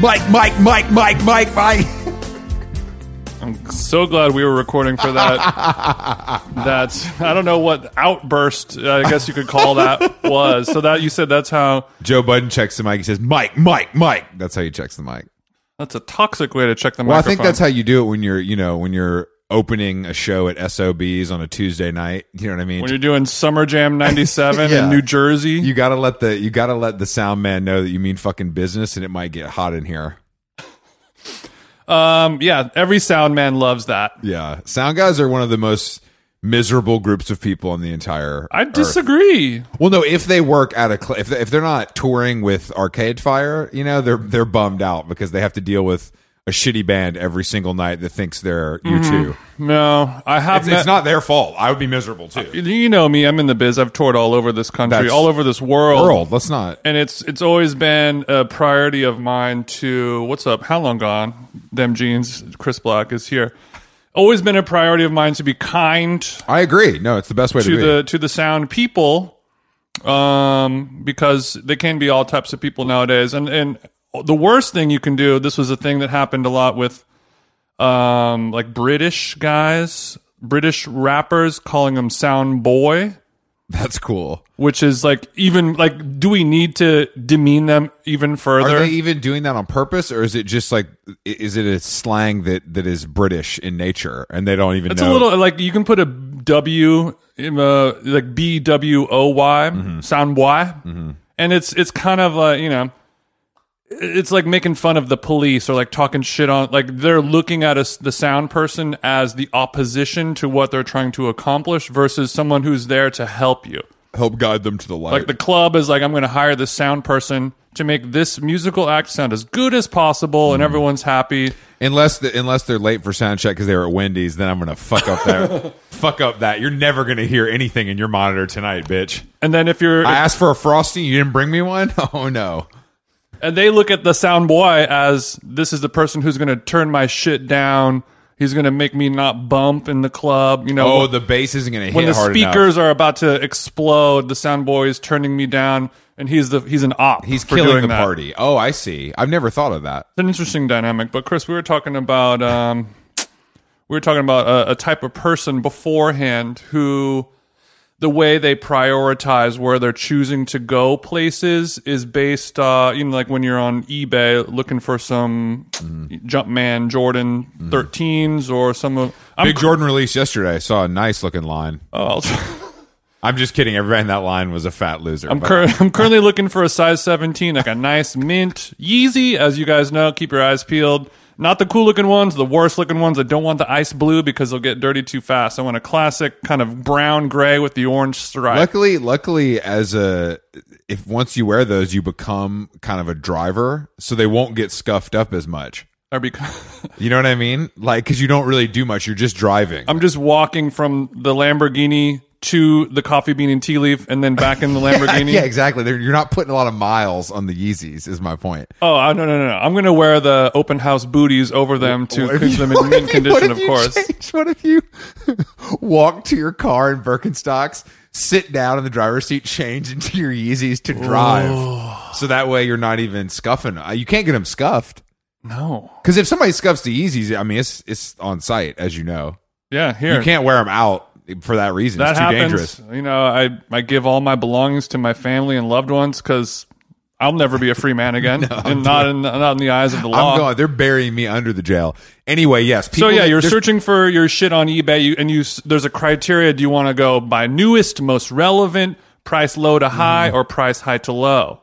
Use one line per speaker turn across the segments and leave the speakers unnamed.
Mike, Mike, Mike, Mike, Mike, Mike.
I'm so glad we were recording for that. that I don't know what outburst I guess you could call that was. So that you said that's how
Joe Budden checks the mic. He says, Mike, Mike, Mike. That's how he checks the mic.
that's a toxic way to check the
Well, I
microphone.
think that's how you do it when you're, you know, when you're opening a show at SOBs on a Tuesday night. You know what I mean?
when you're doing Summer Jam '97
Yeah.
in New Jersey.
you gotta let the you gotta let the sound man know that you mean fucking business, and it might get hot in here.
um, yeah, every sound man loves that.
Yeah, sound guys are one of the most miserable groups of people on the entire.
I
earth.
disagree.
Well, no, if they work at a cl- if they, if they're not touring with Arcade Fire, you know they're they're bummed out because they have to deal with a shitty band every single night that thinks they're you
Mm-hmm.
too.
No, I have
It's, it's not their fault. I would be miserable too.
You know me. I'm in the biz. I've toured all over this country,
That's-
all over this world.
World, let's not.
and it's it's always been a priority of mine to what's up how long gone them jeans chris black is here always been a priority of mine to be kind
I agree. No, it's the best way to,
to
be.
the to the sound people um because they can be all types of people nowadays and and the worst thing you can do this was a thing that happened a lot with um like british guys british rappers calling them sound boy
That's cool.
which is like even like do we need to demean them even
Are
further
they even doing that on purpose, or is it just like i- is it a slang that that is British in nature and they don't even
it's
know?
a little like you can put a w in a, like b w o y
Mm-hmm.
sound y and it's it's kind of uh you know it's like making fun of the police or like talking shit on like they're looking at us the sound person as the opposition to what they're trying to accomplish versus someone who's there to help you
help guide them to the light.
like the club is like i'm going to hire this sound person to make this musical act sound as good as possible
Hmm.
and everyone's happy
unless the, unless they're late for sound check because they were at Wendy's, then I'm gonna fuck up that fuck up that. You're never gonna hear anything in your monitor tonight, bitch.
and then if you're
I asked for a frosty, you didn't bring me one. Oh no,
And they look at the sound boy as this is the person who's going to turn my shit down. He's going to make me not bump in the club. You know,
oh
when-
the bass isn't gonna
when
hit
the
hard enough.
speakers are about to explode, the sound boy is turning me down, and he's the he's an op.
He's
for
killing
doing
the
that.
party. Oh, I see. I've never thought of that.
It's an interesting dynamic. But Chris, we were talking about um, we were talking about a, a type of person beforehand who the way they prioritize where they're choosing to go places is based uh you know like when you're on eBay looking for some Jumpman Jordan 13s or some of I'm
Big Jordan release yesterday. I saw a nice looking line.
oh, I'll try-
I'm just kidding. Everybody in that line was a fat loser.
I'm,
but-
cur- I'm currently looking for a size 17, like a nice mint Yeezy. As you guys know, keep your eyes peeled. Not the cool looking ones, the worst looking ones. I don't want the ice blue because they'll get dirty too fast. I want a classic kind of brown gray with the orange stripe.
Luckily, luckily, as a if once you wear those, you become kind of a driver, so they won't get scuffed up as much.
Or bec-
You know what I mean? Like, because you don't really do much; you're just driving.
I'm just walking from the Lamborghini to the coffee bean and tea leaf and then back in the Lamborghini.
yeah, exactly. They're, you're not putting a lot of miles on the Yeezys, is my point.
Oh, I- no, no, no, no. I'm going to wear the open house booties over them to
What if
keep
you-
them in
what
mint
if you- what
condition,
if
of
you
course.
change- what if you walk to your car in Birkenstocks, sit down in the driver's seat, change into your Yeezys to drive, so that way you're not even scuffing. Uh, You can't get them scuffed.
No.
Because if somebody scuffs the Yeezys, I mean, it's it's on site, as you know.
Yeah, here.
You can't wear them out for that reason.
that
it's too
happens.
dangerous.
You know, I, I give all my belongings to my family and loved ones because I'll never be a free man again, and not in not in the eyes of the law.
I'm going. They're burying me under the jail. Anyway, yes.
Oh. so
People
yeah,
that-
you're
there's-
searching for your shit on eBay, you, and you s- there's a criteria. Do you want to go by newest, most relevant, price low to high,
Mm-hmm.
or price high to low?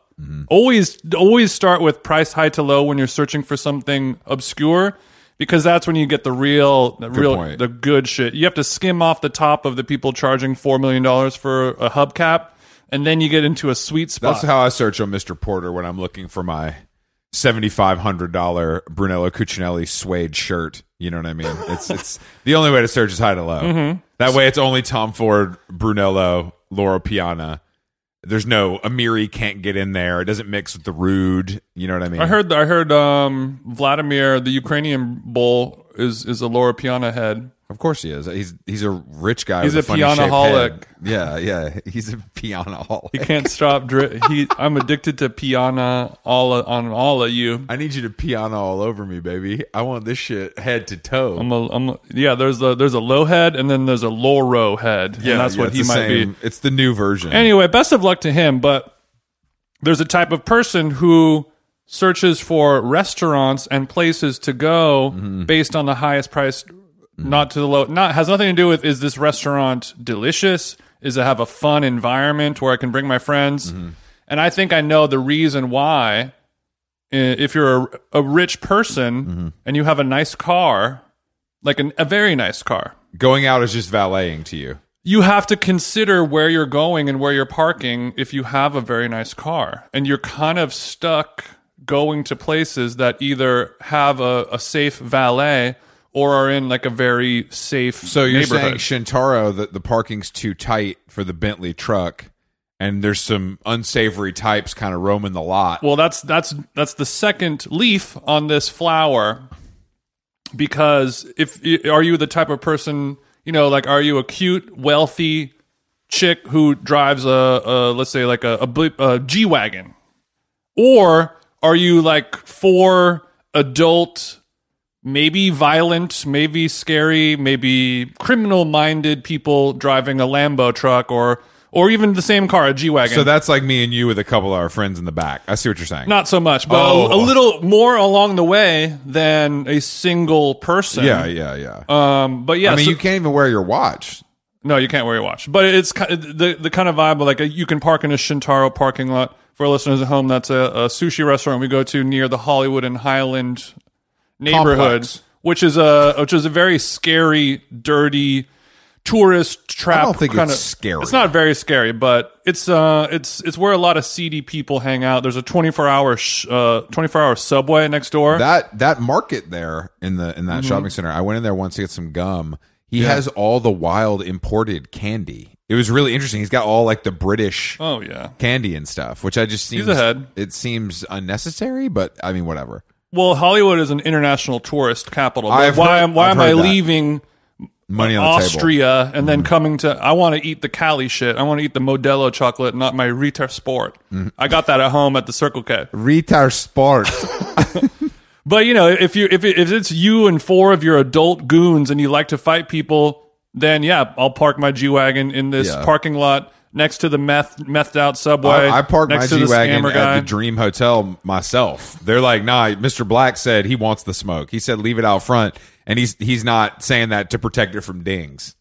Always always start with price high to low when you're searching for something obscure. Because that's when you get the real, the real,
point.
the good shit. You have to skim off the top of the people charging four million dollars for a hubcap, and then you get into a sweet spot.
That's how I search on Mr. Porter when I'm looking for my seventy five hundred dollar Brunello Cucinelli suede shirt. You know what I mean? It's it's the only way to search is high to low.
Mm-hmm.
That way, it's only Tom Ford, Brunello, Laura Piana. There's no Amiri can't get in there. It doesn't mix with the rude. You know what I mean?
I heard, I heard, um, Vladimir, the Ukrainian bull, is is a Laura Piana head.
Of course he is. He's he's a rich guy.
He's
with
a
funny shaped
pianoholic.
head. Yeah, yeah. He's a pianoholic.
He can't stop. Dri- he, I'm addicted to piano all o- on all of you.
I need you to piano all over me, baby. I want this shit head to toe.
I'm a, I'm a, yeah. There's a there's a low head and then there's a loro head. Yeah, and that's what
it's
he
the
might be.
same- It's the new version.
Anyway, best of luck to him. But there's a type of person who searches for restaurants and places to go based on the highest price, not to the low. Not has nothing to do with is this restaurant delicious? Is it have a fun environment where I can bring my friends? And I think I know the reason why. I- If you're a, a rich person and you have a nice car, like an, a very nice car,
Going out is just valeting to you.
you have to consider where you're going and where you're parking if you have a very nice car and you're kind of stuck going to places that either have a, a safe valet or are in like a very safe
So you're saying
neighborhood.
Shintaro that the parking's too tight for the Bentley truck, and there's some unsavory types kind of roaming the lot.
well that's that's that's the second leaf on this flower because if are you the type of person you know like are you a cute wealthy chick who drives a, a let's say like a, a, bl- a G wagon, or are you like four adult, maybe violent, maybe scary, maybe criminal minded people driving a Lambo truck or or even the same car a G wagon?
so that's like me and you with a couple of our friends in the back. I see what you're saying.
not so much, but a-
Oh.
a little more along the way than a single person.
yeah, yeah, yeah.
Um. But yeah,
I mean,
so-
you can't even wear your watch.
No, you can't wear your watch. But it's ki- the the kind of vibe of like a, you can park in a Shintaro parking lot. For our listeners at home, that's a, a sushi restaurant we go to near the Hollywood and Highland neighborhoods,
Complex.
which is a which is a very scary, dirty tourist trap.
I don't think
kinda-
it's scary.
It's not very scary, but it's uh it's it's where a lot of seedy people hang out. There's a 24 hour sh- uh 24 hour subway next door.
that that market there in the in
Mm-hmm.
that shopping center. I went in there once to get some gum. He has all the wild imported candy. It was really interesting. He's got all like the British
oh yeah.
candy and stuff, which I just seems
ahead.
it seems unnecessary, but I mean whatever.
Well, Hollywood is an international tourist capital.
I've
why
heard-
am why
I've
am I
heard that.
leaving?
Money on the table.
Austria and then coming to I want to eat the Cali shit. I want to eat the Modelo chocolate, not my Ritter Sport.
Mm-hmm.
I got that at home at the Circle K.
Retard sport.
But you know, if you if it, if it's you and four of your adult goons and you like to fight people, then yeah, I'll park my G wagon in this
Yeah.
parking lot next to the meth methed out subway.
I, I parked my
next to
G
the
wagon
scammer guy.
at the Dream Hotel myself. They're like, nah. Mr. Black said he wants the smoke. He said leave it out front, and he's he's not saying that to protect it from dings.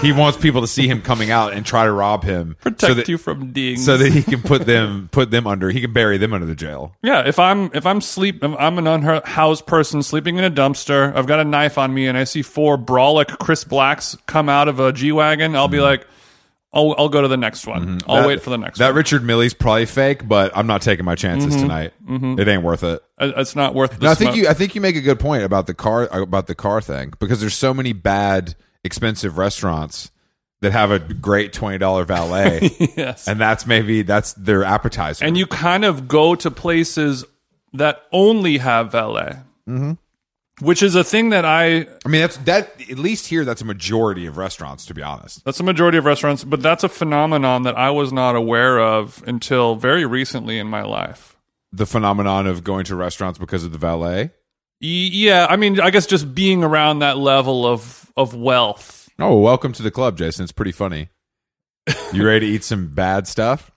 he wants people to see him coming out and try to rob him,
Protect
so that,
you from dings.
so that he can put them put them under. He can bury them under the jail.
Yeah, if I'm if I'm sleep if I'm an unhoused person sleeping in a dumpster. I've got a knife on me, and I see four brawlic Chris Blacks come out of a G wagon. I'll be like, I'll I'll go to the next one. I'll wait for the next.
Mm-hmm. That Richard Millie's probably fake, but I'm not taking my chances
Mm-hmm.
tonight. It ain't worth it.
one. I- It's not worth. The
No, I think
smoke.
you. I think you make a good point about the car about the car thing because there's so many bad, expensive restaurants that have a great twenty dollar valet,
yes.
and that's maybe that's their appetizer.
and you kind of go to places that only have valet, mm-hmm. which is a thing that I
I mean, that's that at least here that's a majority of restaurants, to be honest.
That's the majority of restaurants, but that's a phenomenon that I was not aware of until very recently in my life.
The phenomenon of going to restaurants because of the valet.
Y- Yeah, I mean, I guess just being around that level of of wealth.
Oh, welcome to the club, Jason. It's pretty funny. You ready to eat some bad stuff?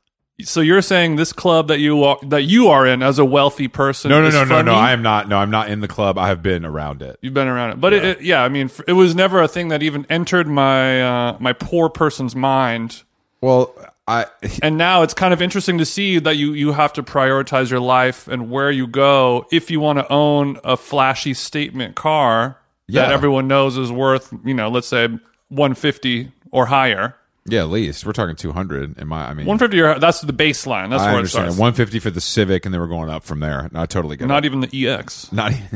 So you're saying this club that you are that you are in as a wealthy person?
No, no,
is
no, no, no.
funny?
I am not. No, I'm not in the club. I have been around it.
You've been around it, but It, it, yeah, I mean, f- it was never a thing that even entered my uh, my poor person's mind.
Well, I
And now it's kind of interesting to see that you you have to prioritize your life and where you go if you want to own a flashy statement car that
Yeah.
everyone knows is worth you know let's say 150 or higher.
yeah, at least we're talking two hundred. In my, I mean,
150 or that's the baseline. That's
I
where
understand.
it starts.
150 for the Civic, and they were going up from there. No, I totally get
Not even the EX.
it. Not even.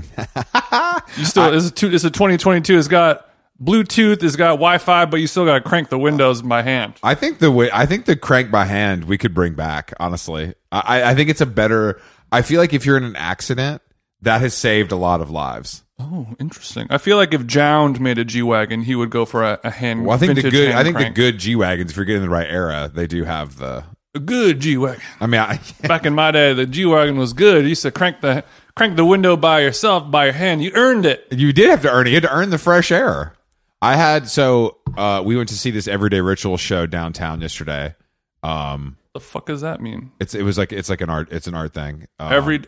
You still it's a, two, it's a 2022. It's got Bluetooth. It's got Wi-Fi, but you still got to crank the windows by hand.
I think the way I think the crank by hand we could bring back. Honestly, I, I think it's a better. I feel like if you're in an accident, that has saved a lot of lives.
Oh, interesting. I feel like if Jound made a G wagon, he would go for a, a hand.
Well, I think the
vintage
good.
hand
I think
crank.
the good G wagons. If you're getting the right era, they do have the.
A good G wagon.
I mean, I,
Back in my day, the G wagon was good. You used to crank the crank the window by yourself, by your hand. You earned it.
you did have to earn it. You had to earn the fresh air. I had so uh, we went to see this everyday ritual show downtown yesterday. Um,
The fuck does that mean?
it's it was like it's like an art. It's an art thing. Um,
Every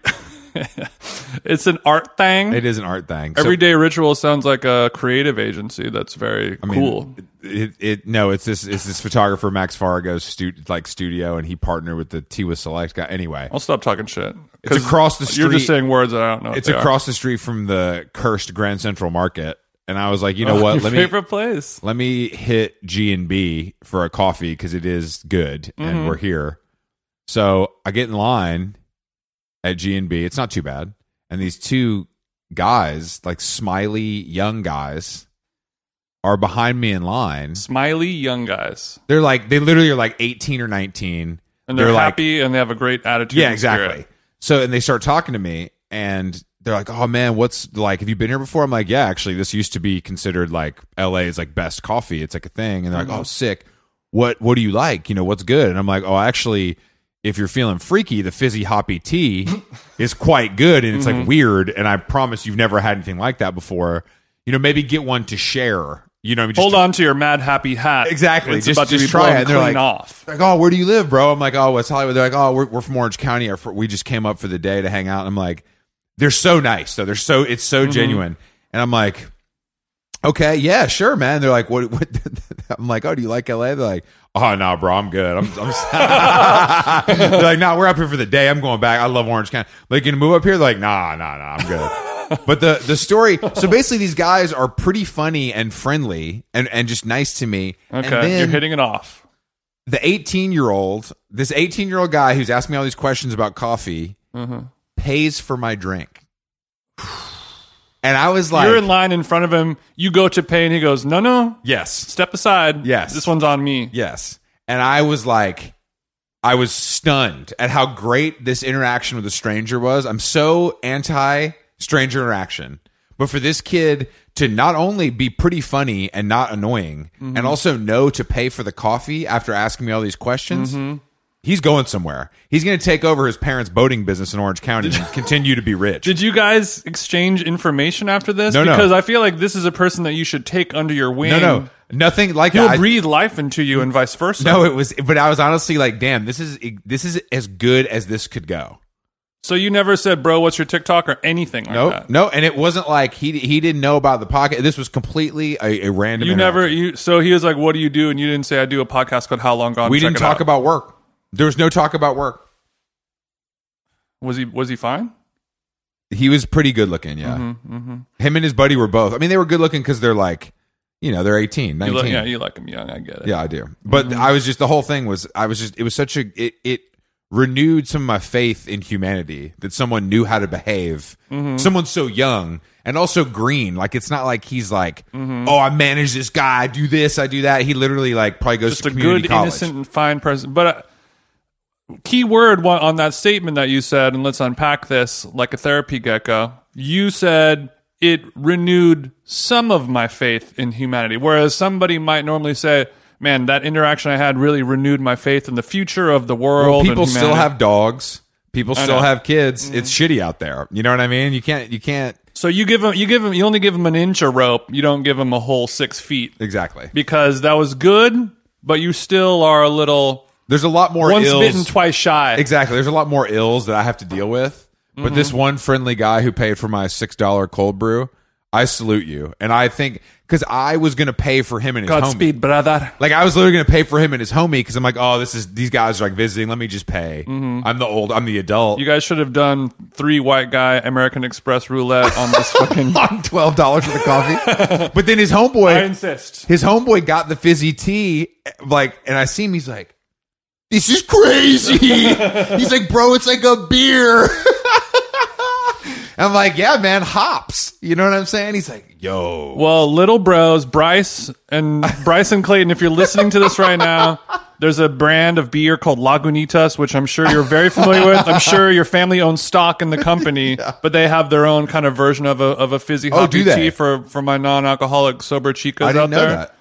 it's an art thing.
it is an art thing. So-
Everyday ritual sounds like a creative agency. That's very
I mean,
cool.
It, it no, it's this it's this photographer Max Fargo's stu- like studio, and he partnered with the Tiwa Select guy. Anyway,
I'll stop talking shit.
It's
'Cause
across the
You're just
street.
saying words that I don't know. what
it's
they are.
across the street from the cursed Grand Central Market, and I was like, you know what?
Oh, Your
Let me
favorite place.
let me hit G and B for a coffee because it is good,
Mm-hmm.
and we're here. So I get in line at G and B. It's not too bad, and these two guys, like smiley young guys, are behind me in line.
Smiley young guys,
They're like they literally are like eighteen or nineteen,
and they're,
They're like-
happy and they have a great attitude.
Yeah,
and
exactly.
spirit.
So and they start talking to me and they're like, "Oh man, what's like have you been here before?" I'm like, "Yeah, actually this used to be considered like LA's like best coffee. It's like a thing." And they're like, "Oh, sick. What what do you like? You know, what's good?" And I'm like, "Oh, actually if you're feeling freaky, the fizzy hoppy tea is quite good and it's like weird and I promise you've never had anything like that before. You know, maybe get one to share. You know, what I mean, just
Hold
to-
on to your mad happy hat.
Exactly.
It's
Just-
about
just
to be
try
blown
it. They're
clean
like-
off.
They're like, oh, where do you live, bro? I'm like, oh, West Hollywood. They're like, oh, we're, we're from Orange County. Or we just came up for the day to hang out. And I'm like, they're so nice. So they're so, it's so
Mm-hmm.
genuine. And I'm like, okay, yeah, sure, man. They're like, what, what? I'm like, oh, do you like LA? They're like, oh, no, bro, I'm good. I'm, I'm they're like, nah, we're up here for the day. I'm going back. I love Orange County. Like, you move up here? They're like, nah, nah, nah, I'm good. but the the story, so basically, these guys are pretty funny and friendly and, and just nice to me. And
Okay,
then-
you're hitting it off.
the 18 year old, this 18 year old guy who's asking me all these questions about coffee
Mm-hmm.
pays for my drink. And I was like,
you're in line in front of him. You go to pay, and he goes, "No, no,
yes,
step aside.
Yes.
this one's on me."
yes. And I was like, I was stunned at how great this interaction with a stranger was. I'm so anti stranger interaction. But for this kid to not only be pretty funny and not annoying, and also know to pay for the coffee after asking me all these questions, he's going somewhere. He's going to take over his parents' boating business in Orange County and continue to be rich.
Did you guys exchange information after this?
No, no.
because I feel like this is a person that you should take under your wing.
no, no, nothing like
He'll
that. I-
breathe life into you and vice versa.
no, it was, but I was honestly like, damn, this is this is as good as this could go.
So you never said, bro, what's your TikTok or anything like
No,
that?
no, and it wasn't like he he didn't know about the pocket. This was completely a, a random.
You never,
interaction.
you, so he was like, what do you do? And you didn't say, I do a podcast called How Long Gone.
We
Check
didn't
it
talk
out."
about work. There was no talk about work.
was he, was he fine?
He was pretty good looking. Yeah,
Mm-hmm,
him and his buddy were both. I mean, they were good looking because they're like, you know, they're 18,
You
19.
look, yeah, you like him young. I get it.
Yeah, I do. But
Mm-hmm.
I was just the whole thing was I was just it was such a it, it renewed some of my faith in humanity that someone knew how to behave.
Mm-hmm.
Someone so young and also green. Like it's not like he's like,
Mm-hmm.
oh, I manage this guy, I do this, I do that. He literally like probably goes
Just
to
a
community
good,
college.
innocent and fine person. But uh, key word wa- on that statement that you said, and let's unpack this like a therapy gecko. You said it renewed some of my faith in humanity, whereas somebody might normally say, man, that interaction I had really renewed my faith in the future of the world.
Well,
and
people still
humanity."
have dogs. People still
know. Mm-hmm.
have kids. It's shitty out there. You know what I mean? You can't. You can't.
So you give him, you give him, you only give him an inch of rope. You don't give him a whole six feet
Exactly.
because that was good, but you still are a little
There's a lot more
once
ills.
bitten, twice shy.
Exactly. There's a lot more ills that I have to deal with.
Mm-hmm.
But this one friendly guy who paid for my six dollar cold brew, I salute you. And I think because I was gonna pay for him and his homie.
Godspeed, brother.
Like I was literally gonna pay for him and his homie because I'm like, oh, this is these guys are like visiting. Let me just pay. I'm the old. I'm the adult.
Mm-hmm. You guys should have done three white guy American Express roulette on this fucking.
on twelve dollars for the coffee. but then his homeboy,
I insist.
his homeboy got the fizzy tea, like, and I see him. He's like, "This is crazy." he's like, "Bro, it's like a beer." I'm like, "Yeah, man, hops." You know what I'm saying? He's like, "Yo,
Well, little bros, Bryce and Bryce and Clayton, if you're listening to this right now, There's a brand of beer called Lagunitas, which I'm sure you're very familiar with. I'm sure your family owns stock in the company, but they have their own kind of version of a of a fizzy hoppy
Oh, do they?
tea for for my non-alcoholic sober chicas
I
out
didn't know
there.
that.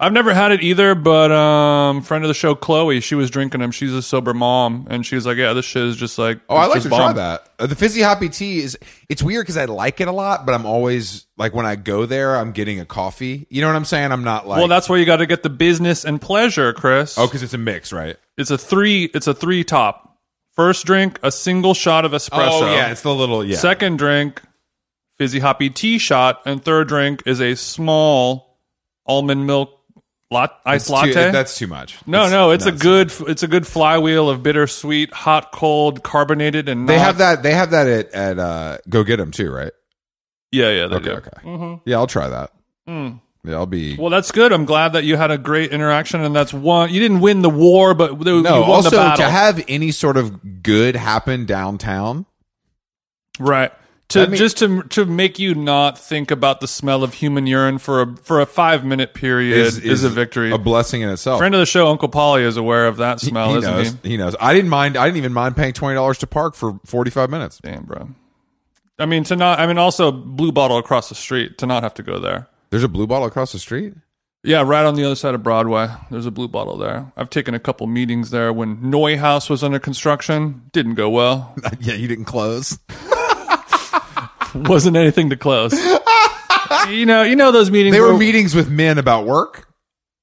I've never had it either, but um, friend of the show Chloe, she was drinking them. She's a sober mom, and she was like, "Yeah, this shit is just like
Oh, I
it's
like
just
to try
bomb.
that. Uh, The fizzy hoppy tea is it's weird because I like it a lot, but I'm always like when I go there, I'm getting a coffee. You know what I'm saying? I'm not like
Well, that's where you got to get the business and pleasure, Chris.
oh, because it's a mix, right?
It's a three. It's a three top. First drink, a single shot of espresso.
Oh yeah, it's the little yeah.
Second drink, fizzy hoppy tea shot, and third drink is a small almond milk lot
It's
iced
too-
latte.
that's too much.
no, no, it's a
nuts.
good, it's a good flywheel of bittersweet, hot, cold, carbonated, and
They
not-
have that. They have that at, at uh, Go Get 'em too, right?
Yeah, yeah, they
Okay,
do.
okay. Yeah, I'll try that. Yeah, I'll be.
Mm-hmm. Hmm. Well, that's good. I'm glad that you had a great interaction, and that's one. You didn't win the war, but th- you
no,
won
also
the battle,
to have any sort of good happen downtown.
right? To
That mean-
just to to make you not think about the smell of human urine for a for a five minute period is, a victory.
a blessing in itself.
Friend of the show, Uncle Polly, is aware of that smell,
he
isn't
knows.
he?
He? knows. I didn't mind. I didn't even mind paying twenty dollars to park for forty five minutes.
Damn, bro. I mean, to not. I mean, also Blue Bottle across the street to not have to go there.
There's a blue bottle across the street.
Yeah, right on the other side of Broadway. There's a Blue Bottle there. I've taken a couple meetings there when Noy House was under construction. Didn't go well.
yeah, you didn't close.
Wasn't anything to close. you know, you know those meetings.
They were
where-
meetings with men about work.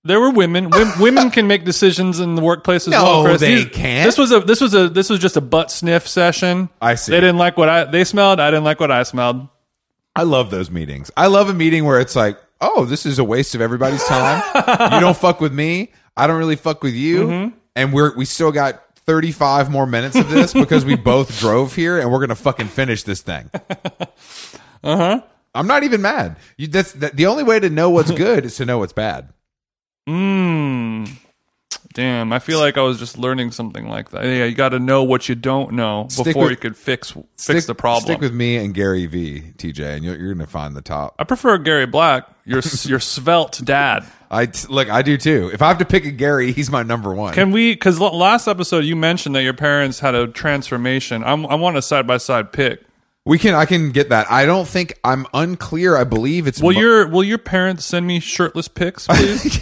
There were women. Wom- women can make decisions in the workplace as
No,
well. Chris.
they
These-
can't.
This was a this was a this was just a butt sniff session.
I see.
They didn't like what I they smelled. I didn't like what I smelled.
I love those meetings. I love a meeting where it's like, oh, this is a waste of everybody's time. you don't fuck with me. I don't really fuck with you.
Mm-hmm.
And we're we still got 35 more minutes of this because we both drove here and we're gonna fucking finish this thing. uh-huh.
Uh-huh.
I'm not even mad. You that's that, the only way to know what's good is to know what's bad.
Mmm. Damn, I feel like I was just learning something like that. Yeah, you got to know what you don't know before
with-
you could fix fix
Stick-
the problem.
Stick with me and Gary V, TJ, and you're, you're gonna find the top.
I prefer Gary Black, your s- your svelte dad.
I look, I do too. If I have to pick a Gary, he's my number one.
Can we? Because last episode you mentioned that your parents had a transformation. I'm, I want a side by side pick.
we can, I can get that. I don't think I'm unclear. I believe it's
Will
mo-
your will your parents send me shirtless pics, please?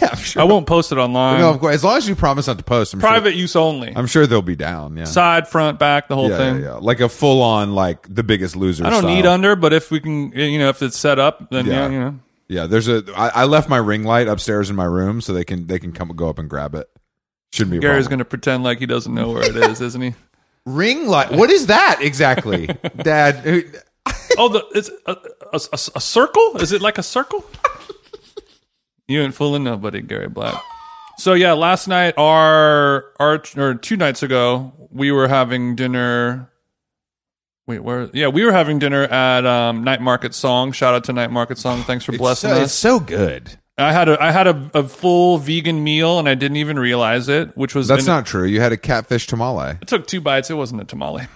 yeah, I'm
I
sure.
won't post it online.
no, of course. As long as you promise not to post, I'm Sure,
Private use only.
I'm sure they'll be down. Yeah.
Side, front, back, the whole
yeah, yeah,
thing.
yeah. Like a full on like the biggest loser.
I don't
style.
need under, but if we can, you know, if it's set up, then yeah,
Yeah.
you know.
Yeah, there's a. I, I left my ring light upstairs in my room, so they can they can come go up and grab it. Shouldn't be. a
Gary's
problem.
going to pretend like he doesn't know where it is, isn't he?
ring light. What is that exactly, Dad? who-
Oh, the, it's a, a, a- a circle? Is it like a circle? you ain't fooling nobody, Gary Black. So yeah, last night our our or two nights ago we were having dinner. Wait, where? Yeah, we were having dinner at um, Night Market Song. Shout out to Night Market Song. Thanks for blessing
so, it's
us.
so good.
I had a I had a, a full vegan meal and I didn't even realize it, which was
That's
an-
not true. You had a catfish tamale.
I took two bites. It wasn't a tamale.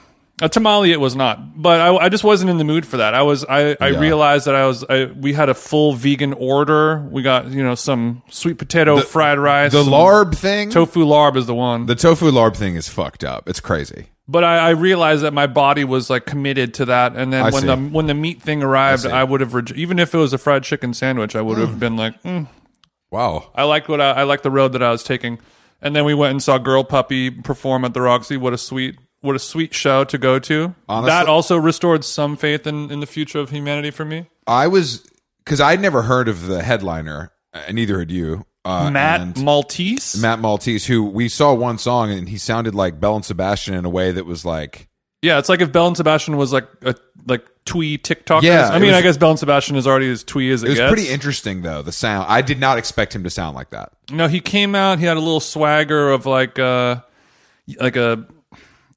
A tamale, it was not. But I, I just wasn't in the mood for that. I was. I, I
Yeah.
realized that I was. I, we had a full vegan order. We got you know some sweet potato fried rice.
The
some
larb thing.
tofu larb is the one.
the tofu larb thing is fucked up. It's crazy.
but I, I realized that my body was like committed to that. And then
I
when
see.
the when the meat thing arrived,
see.
I, would have reje- even if it was a fried chicken sandwich, I would have been like, mm,
Wow.
I liked what I, I liked the road that I was taking. And then we went and saw Girl Puppy perform at the Roxy. What a sweet what a sweet show to go to.
Honestly-
that also restored some faith in, in the future of humanity for me.
I was because I'd never heard of the headliner, and neither had you. Uh,
Matt
and
Maltese.
Matt Maltese, who we saw one song and he sounded like Bell and Sebastian in a way that was like,
yeah, it's like if Bell and Sebastian was like a like twee TikTokers.
Yeah,
I
it
mean,
was-
I guess Bell and Sebastian is already as twee as it,
it was
gets.
pretty interesting though. The sound, I did not expect him to sound like that.
No, he came out. He had a little swagger of like uh like a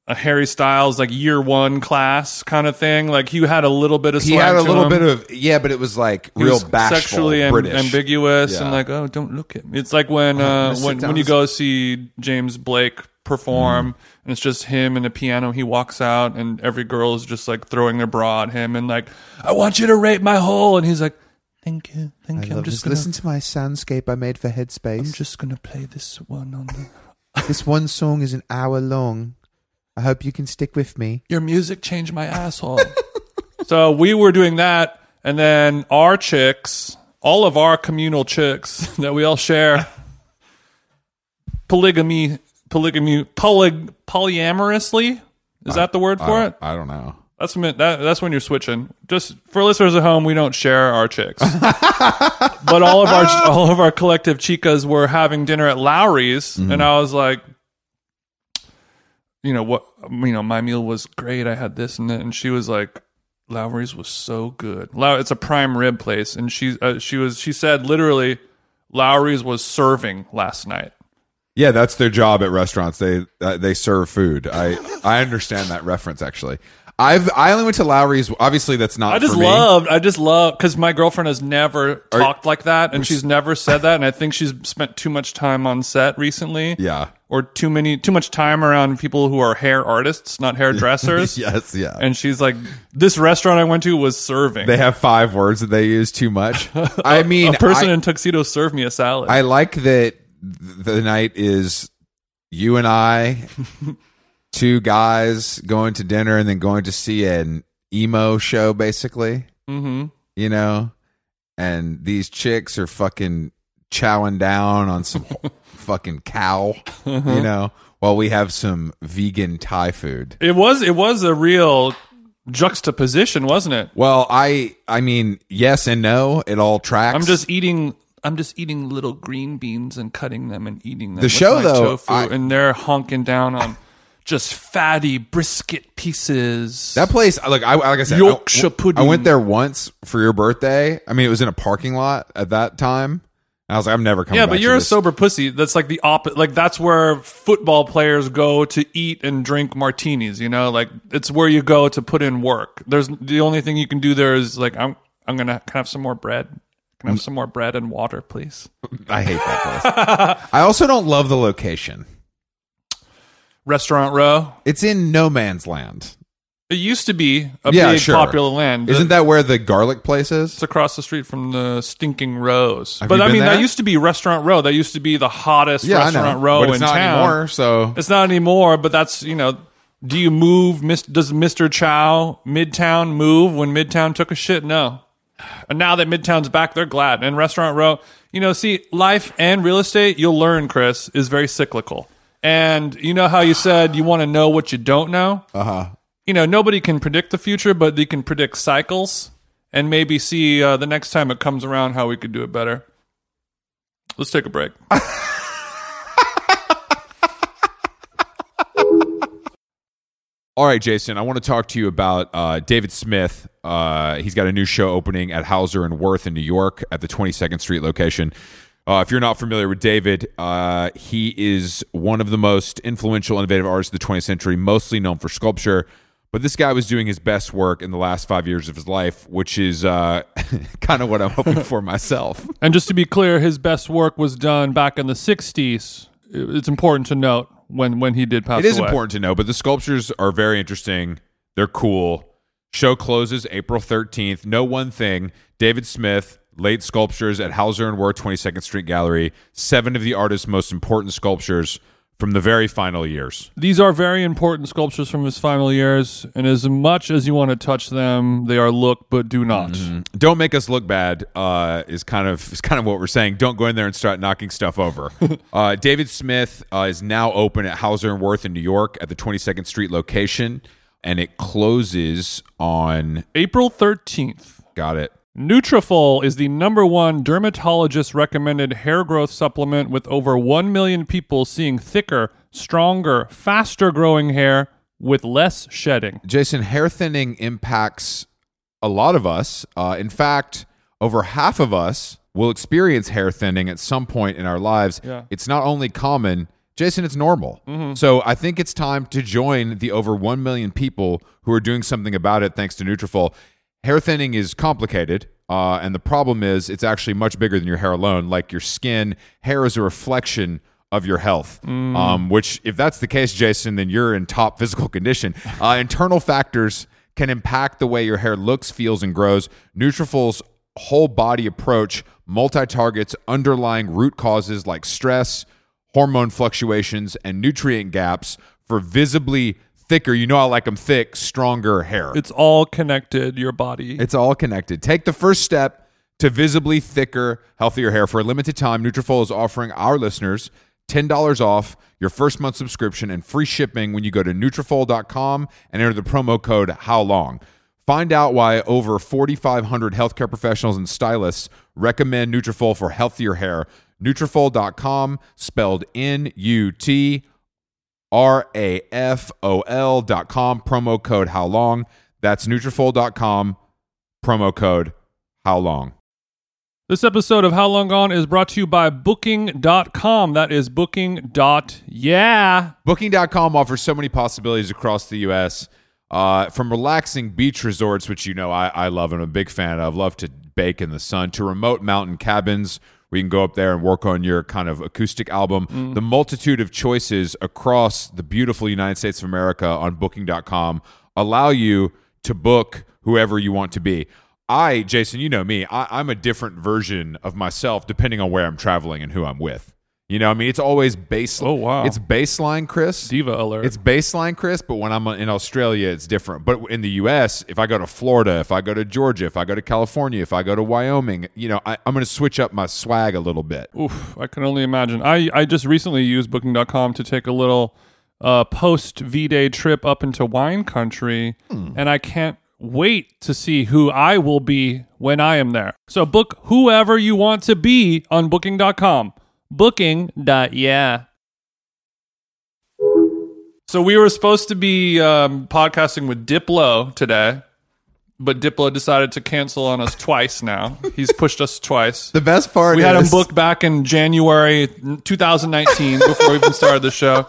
a Harry Styles like year one class kind of thing. Like he had a little bit of
He
swag
had a
to
little
him.
bit of yeah, but it was like
He
real
was
bashful,
sexually am-
British.
ambiguous
Yeah.
and like oh don't look at me it's like when uh,
gonna sit
when,
down
when you
and-
go see james blake perform
Mm.
and it's just him and a piano he walks out and every girl is just like throwing their bra at him and like i want you to rape my hole and he's like thank you thank you i'm just gonna
to my soundscape I made for Headspace.
i'm just gonna play this one on the
This one song is an hour long. I hope you can stick with me.
Your music changed my asshole. so we were doing that, and then our chicks, all of our communal chicks that we all share, polygamy, polygamy, poly, polyamorously. Is that the word for
I
it?
don't- I don't know.
That's when that, that's when you're switching. Just for listeners at home, we don't share our chicks, but all of our all of our collective chicas were having dinner at Lowry's, and I was like, you know what, you know, my meal was great. I had this and that, and she was like, Lowry's was so good. Low, it's a prime rib place, and she uh, she was she said literally, Lowry's was serving last night.
Yeah, that's their job at restaurants. They uh, they serve food. I I understand that reference actually. I've I only went to Lowry's. Obviously, that's not.
I just
for me.
loved. I just love because my girlfriend has never talked like that, and she's never said that. And I think she's spent too much time on set recently,
Yeah.
or too many, too much time around people who are hair artists, not hairdressers.
Yes. Yeah.
And she's like, "This restaurant I went to was serving.
they have five words that they use too much. I mean,
a person
I,
in tuxedo served me a salad.
I like that the night is you and I, two guys going to dinner and then going to see an emo show, basically.
mm-hmm.
you know, and these chicks are fucking chowing down on some fucking cow,
Uh-huh.
you know, while we have some vegan Thai food.
It was. It was a real juxtaposition, wasn't it?
Well, I I mean, yes and no, it all tracks.
I'm just eating. I'm just eating little green beans and cutting them and eating them.
The
with
show,
my
though,
tofu,
I-
and they're honking down on just fatty brisket pieces.
that place. Look, I like I said, I-
Yorkshire pudding.
I went there once for your birthday. I mean, it was in a parking lot at that time. I was like, I'm never coming.
yeah,
back
but
to
you're a
this.
sober pussy. That's like the opposite. Like that's where football players go to eat and drink martinis. You know, like it's where you go to put in work. There's the only thing you can do there is like I'm. I'm gonna can I have some more bread. Can I
Mm.
have some more bread and water, please?
I hate that place. I also don't love the location.
Restaurant row.
It's in no man's land.
It used to be a
Yeah,
big
sure.
popular land.
Isn't that where the garlic place is?
It's across the street from the Stinking Rose.
Have
but
you
I
been
mean,
there?
that used to be Restaurant Row. That used to be the hottest
yeah, I
restaurant
know.
row
but it's
in
not
town.
anymore. So
It's not anymore. But that's you know, do you move? Mis- does Mister Chow Midtown move when Midtown took a shit? No. And now that Midtown's back, they're glad. And Restaurant Row, you know, see, life and real estate, you'll learn, Chris, is very cyclical. And you know how you said you want to know what you don't know?
uh-huh.
you know, nobody can predict the future, but they can predict cycles and maybe see uh, the next time it comes around how we could do it better. Let's take a break.
all right, Jason, I want to talk to you about uh, David Smith. Uh, he's got a new show opening at Hauser and Worth in New York at the 22nd Street location. Uh, if you're not familiar with David, uh, he is one of the most influential, innovative artists of the 20th century, mostly known for sculpture. But this guy was doing his best work in the last five years of his life, which is uh, kind of what I'm hoping for myself.
And just to be clear, his best work was done back in the 60s. It- It's important to note when, when he did pass
It is
away.
important to know, but the sculptures are very interesting. They're cool. Show closes April 13th. No one thing. David Smith, late sculptures at Hauser and Worth 22nd Street Gallery. Seven of the artist's most important sculptures from the very final years.
These are very important sculptures from his final years, and as much as you want to touch them, they are look but do not.
Don't make us look bad uh, is kind of is kind of what we're saying. Don't go in there and start knocking stuff over. uh, David Smith uh, is now open at Hauser and Worth in New York at the 22nd Street location, and it closes on.
April 13th.
Got it.
Nutrafol is the number one dermatologist recommended hair growth supplement with over 1 million people seeing thicker, stronger, faster growing hair with less shedding.
Jason, hair thinning impacts a lot of us. Uh, in fact, over half of us will experience hair thinning at some point in our lives.
Yeah.
It's not only common, Jason, it's normal. So I think it's time to join the over 1 million people who are doing something about it thanks to Nutrafol. Hair thinning is complicated. Uh, and the problem is, it's actually much bigger than your hair alone. Like your skin, hair is a reflection of your health. Um, which, if that's the case, Jason, then you're in top physical condition. Uh, internal factors can impact the way your hair looks, feels, and grows. Nutrafol's whole body approach multi targets underlying root causes like stress, hormone fluctuations, and nutrient gaps for visibly thicker, you know I like them thick, stronger hair.
It's all connected, your body.
It's all connected. Take the first step to visibly thicker, healthier hair. For a limited time, Nutrafol is offering our listeners $10 off your first month subscription and free shipping when you go to Nutrafol.com and enter the promo code How Long. Find out why over 4,500 healthcare professionals and stylists recommend Nutrafol for healthier hair. Nutrafol.com, spelled N-U-T. R A F O L dot com, promo code how long. That's Nutrafol.com, promo code how long.
This episode of How Long Gone is brought to you by Booking.com. That is Booking. dot Yeah.
Booking.com offers so many possibilities across the U.S. Uh, from relaxing beach resorts, which you know I, I love and I'm a big fan of, love to bake in the sun, to remote mountain cabins where you can go up there and work on your kind of acoustic album.
Mm.
The multitude of choices across the beautiful United States of America on Booking.com allow you to book whoever you want to be. I, Jason, you know me, I, I'm a different version of myself depending on where I'm traveling and who I'm with. You know, I mean, it's always baseline.
Oh, wow.
It's baseline, Chris.
Diva alert.
It's baseline, Chris, but when I'm in Australia, it's different. But in the U.S., if I go to Florida, if I go to Georgia, if I go to California, if I go to Wyoming, you know, I, I'm going to switch up my swag a little bit.
Oof, I can only imagine. I, I just recently used Booking.com to take a little uh, post V Day trip up into wine country, and I can't wait to see who I will be when I am there. So book whoever you want to be on Booking.com. Booking. dot Yeah. So we were supposed to be um, podcasting with Diplo today, but Diplo decided to cancel on us twice. Now he's pushed us twice.
The best part
We
is
had him booked back in January 2019 before we even started the show.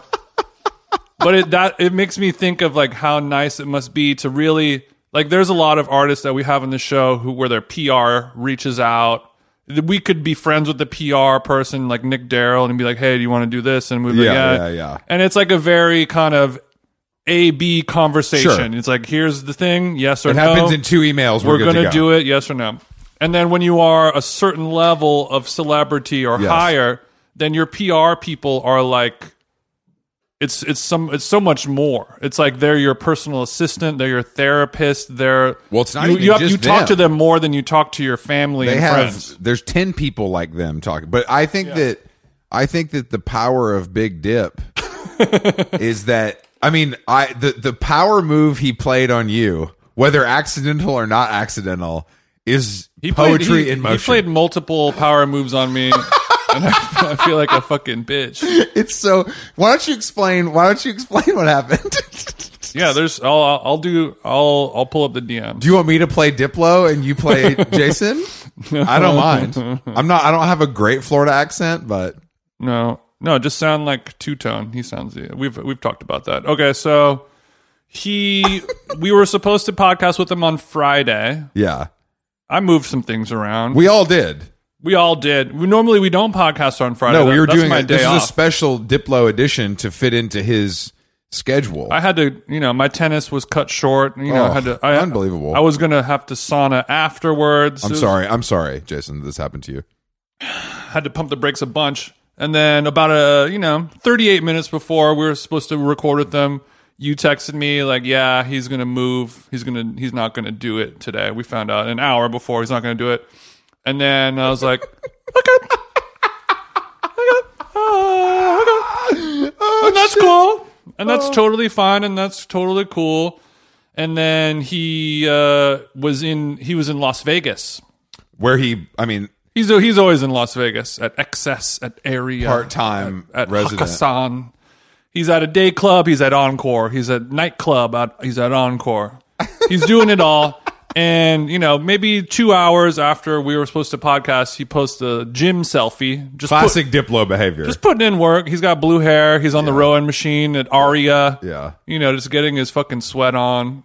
But it that it makes me think of like how nice it must be to really like there's a lot of artists that we have on the show who where their PR reaches out. We could be friends with the PR person like Nick Darrell and be like, "Hey, do you want to do this?" And we'd be like,
Yeah,
yeah,
yeah, yeah.
And it's like a very kind of A B conversation.
Sure.
It's like, "Here's the thing, yes or
It
no."
happens in two emails. We're,
we're going
going
to do it, yes or no. And then when you are a certain level of celebrity or
Yes.
higher, then your PR people are like it's it's some it's so much more. It's like they're your personal assistant, they're your therapist, they're
Well, it's not
you,
even
you, have-
just
you talk
them.
to them more than you talk to your family
They
and
have
friends.
there's ten people like them talking, but I think that I think that the power of Big Dip is that I mean I the the power move he played on you, whether accidental or not accidental, is
He
poetry
played, he,
in motion.
He played multiple power moves on me. And I, I feel like a fucking bitch.
it's so. Why don't you explain? Why don't you explain what happened?
Yeah, there's. I'll. I'll I'll do. I'll. I'll pull up the DM.
Do you want me to play Diplo and you play Jason? I don't mind. I'm not. I don't have a great Florida accent, but
No, no, just sound like two tone. He sounds. We've we've talked about that. Okay, so he, we were supposed to podcast with him on Friday.
yeah,
I moved some things around. We,
we all did.
all did. We, normally we don't podcast on Friday.
No, we
That-
were
that's
doing
my
a,
day
this is a
off.
special Diplo edition to fit into his schedule.
I had to, you know, my tennis was cut short. You know,
Oh,
I had to. I,
unbelievable.
I was gonna have to sauna afterwards.
I'm
It was-
sorry. I'm sorry, Jason. that This happened to you.
had to pump the brakes a bunch. And then about a you know 38 minutes before we were supposed to record with them, you texted me like, "Yeah, he's gonna move. He's gonna he's not gonna do it today." We found out an hour before he's not gonna do it. And then I was like, and that's cool. And that's totally fine. And that's totally cool. And then he uh, was in he was in Las Vegas.
Where he, I mean,
He's he's always in Las Vegas at excess at area
part time
at
resident.
Hakkasan. He's at a day club. He's at Encore. He's at nightclub. At, he's at Encore. He's doing it all. And you know, maybe two hours after we were supposed to podcast, he posts a gym selfie. Just put-
Classic Diplo behavior.
just putting in work. He's got blue hair. He's on the rowing machine at Aria.
Yeah.
You know, just getting his fucking sweat on,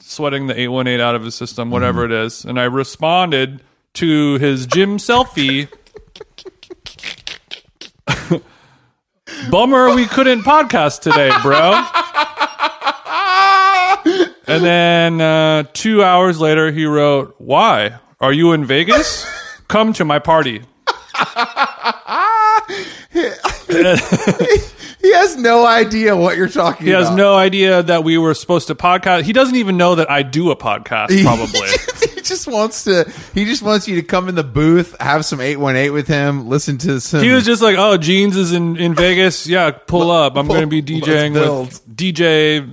sweating the 818 out of his system, whatever it is. And I responded to his gym selfie. Bummer we couldn't podcast today, bro. And then uh, two hours later, he wrote, Why? Are you in Vegas? Come to my party.
He has no idea what you're talking
He
about.
has no idea that we were supposed to podcast. He doesn't even know that I do a podcast, probably.
he just wants to. He just wants you to come in the booth, have some eight one eight with him, listen to some.
he was just like, "Oh, Jeans is in in Vegas. Yeah, pull up. I'm going to be DJing
build."
with DJ,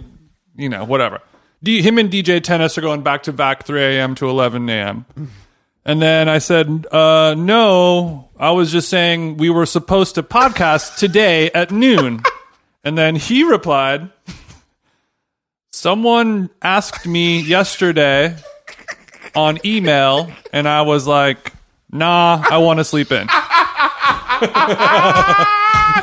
you know, whatever. D, him and DJ Tennis are going back to back, 3 a.m. to 11 a.m. And then I said, uh, "No, I was just saying we were supposed to podcast today at noon." and then he replied, "Someone asked me yesterday on email, and I was like." Nah, I want to sleep in.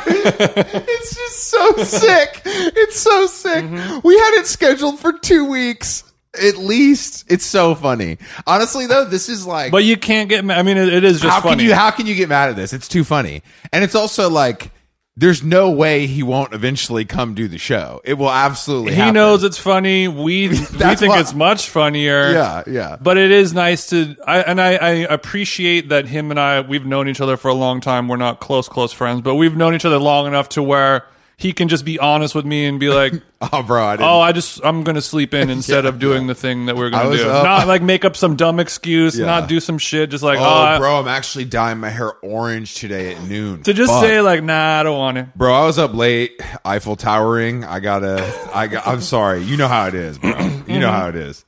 it's just so sick. It's so sick. We had it scheduled for two weeks Mm-hmm. at least. It's so funny. Honestly, though, this is like.
But you can't get. ma- I mean, it, it is just
how
funny.
can you? How can you get mad at this? It's too funny, and it's also like. There's no way he won't eventually come do the show. It will absolutely.
he
happen.
knows it's funny. We we
That's
think
why-
it's much funnier.
Yeah, yeah.
But it is nice to, I, and I, I appreciate that him and I we've known each other for a long time. We're not close, close friends, but we've known each other long enough to where he can just be honest with me and be like,
Oh, bro, I didn't
"Oh, I just I'm gonna sleep in instead of doing the thing that we're gonna
was
do."
up-
Not like make up some dumb excuse, not do some shit. Just like, oh,
Oh,
uh,
I-
bro, I'm actually dyeing my hair orange today at noon.
to just
Fuck.
say like, "Nah, I don't want it."
bro, I was up late, Eiffel Towering. I gotta, I got, I'm sorry. You know how it is, bro. You know how it is.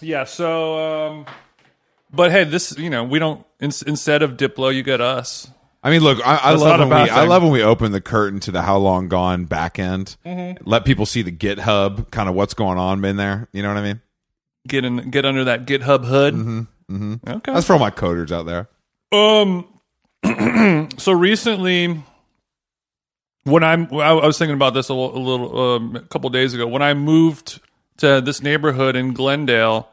Yeah. So, um, but hey, this you know we don't. In, instead of Diplo, you get us.
I mean, look, I, I
not
love
a
when
bad
we, I
thing.
love when we open the curtain to the how long gone back end.
Mm-hmm.
Let people see the GitHub, kind of what's going on in there. You know what I mean?
Get in. Get under that GitHub hood. Okay.
That's for all my coders out there.
Um. so recently, when I'm, I I was thinking about this a, li- a little, um, a couple days ago. When I moved to this neighborhood in Glendale,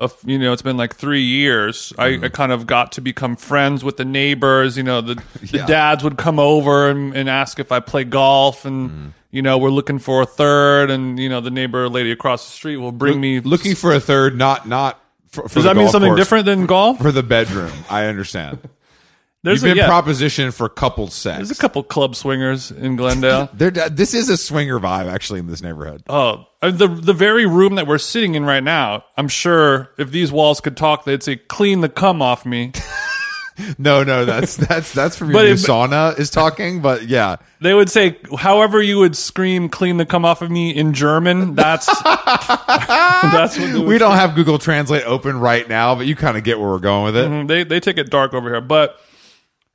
of you know, it's been like three years.
Mm-hmm.
I, I kind of got to become friends with the neighbors. You know, the, the dads would come over and, and ask if I play golf, and
Mm-hmm.
you know, we're looking for a third, and you know, the neighbor lady across the street will bring me
Looking for a third, not not. For, for
Does
the
that mean
golf
something
course,
different than golf?
for the bedroom? I understand.
There's
You've been
a, yeah,
propositioned for coupled sex.
there's a couple club swingers in Glendale.
There, uh, this is a swinger vibe actually in this neighborhood.
Oh, uh, the the very room that we're sitting in right now. I'm sure if these walls could talk, they'd say, "Clean the cum off me."
No, no, that's that's that's from your
But
new
it-
sauna is talking, but yeah,
They would say, "However you would scream, clean the cum off of me" in German. That's that's what they would
we don't have Google Translate open right now, but you kind of get where we're going with it.
Mhm. They they take it dark over here, but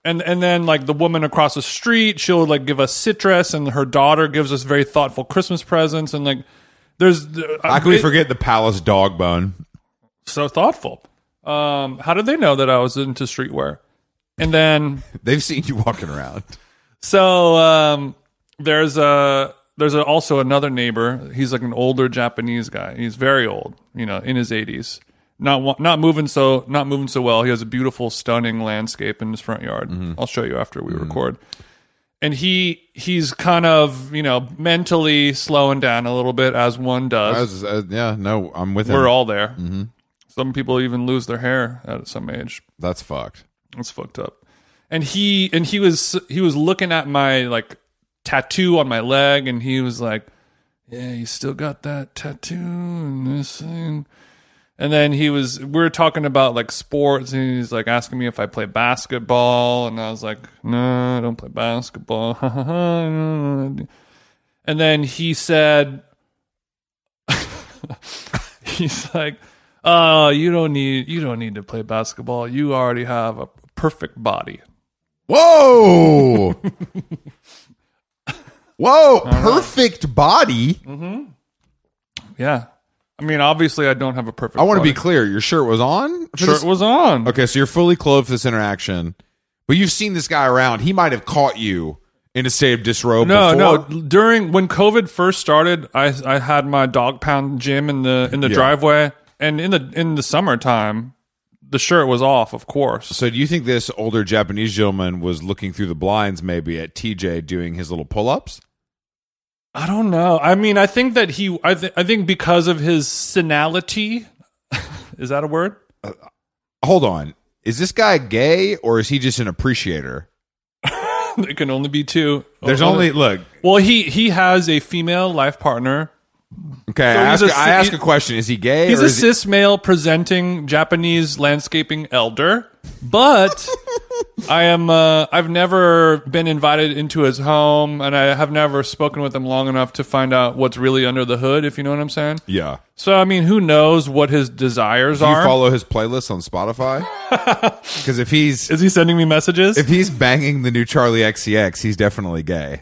and and then like the woman across the street, she'll like give us citrus, and her daughter gives us very thoughtful Christmas presents, and like there's uh,
How can we
it-
forget the Palace dog bone?
so thoughtful. Um, how did they know that I was into streetwear? And then
They've seen you walking around.
so um, there's a there's a, also another neighbor. He's like an older Japanese guy. He's very old, you know, in his 80s. Not wa- not moving so not moving so well. He has a beautiful, stunning landscape in his front yard. I'll show you after we record. And he he's kind of you know mentally slowing down a little bit as one does.
I was, uh, yeah, no, I'm with
We're
him.
all there. Some people even lose their hair at some age.
That's fucked.
That's fucked up. And he and he was he was looking at my like tattoo on my leg, and he was like, "Yeah, you still got that tattoo and this thing." And then he was we were talking about like sports, and he's like asking me if I play basketball, and I was like, "No, I don't play basketball." and then he said, he's like, "Oh, you don't need you don't need to play basketball. You already have a perfect body."
Whoa, whoa, perfect body.
Yeah, I mean, obviously, I don't have a perfect.
I want to be clear. Your shirt was on. for
Shirt
this-
was on.
Okay, so you're fully clothed for this interaction, but you've seen this guy around. He might have caught you in a state of disrobe.
No,
before.
no. During when COVID first started, I I had my dog pound gym in the in the driveway, and in the in the summertime, the shirt was off, of course.
So do you think this older Japanese gentleman was looking through the blinds maybe at TJ doing his little pull-ups?
I don't know. I mean, I think that he. I th- I think because of his senility, is that a word?
Hold on. Is this guy gay or is he just an appreciator?
there can only be two.
There's
Oh,
only look.
well, he he has a female life partner.
Okay, I,
he's
ask,
a
I
s-
ask a question: Is he gay?
He's
or
a
is he-
cis male presenting Japanese landscaping elder, but I am uh, I've never been invited into his home, and I have never spoken with him long enough to find out what's really under the hood. If you know what I'm saying.
yeah.
So I mean, who knows what his desires
Do you
are?
follow his playlist on Spotify? Because if he's
Is he sending me messages?
if he's banging the new Charlie XCX, he's definitely gay.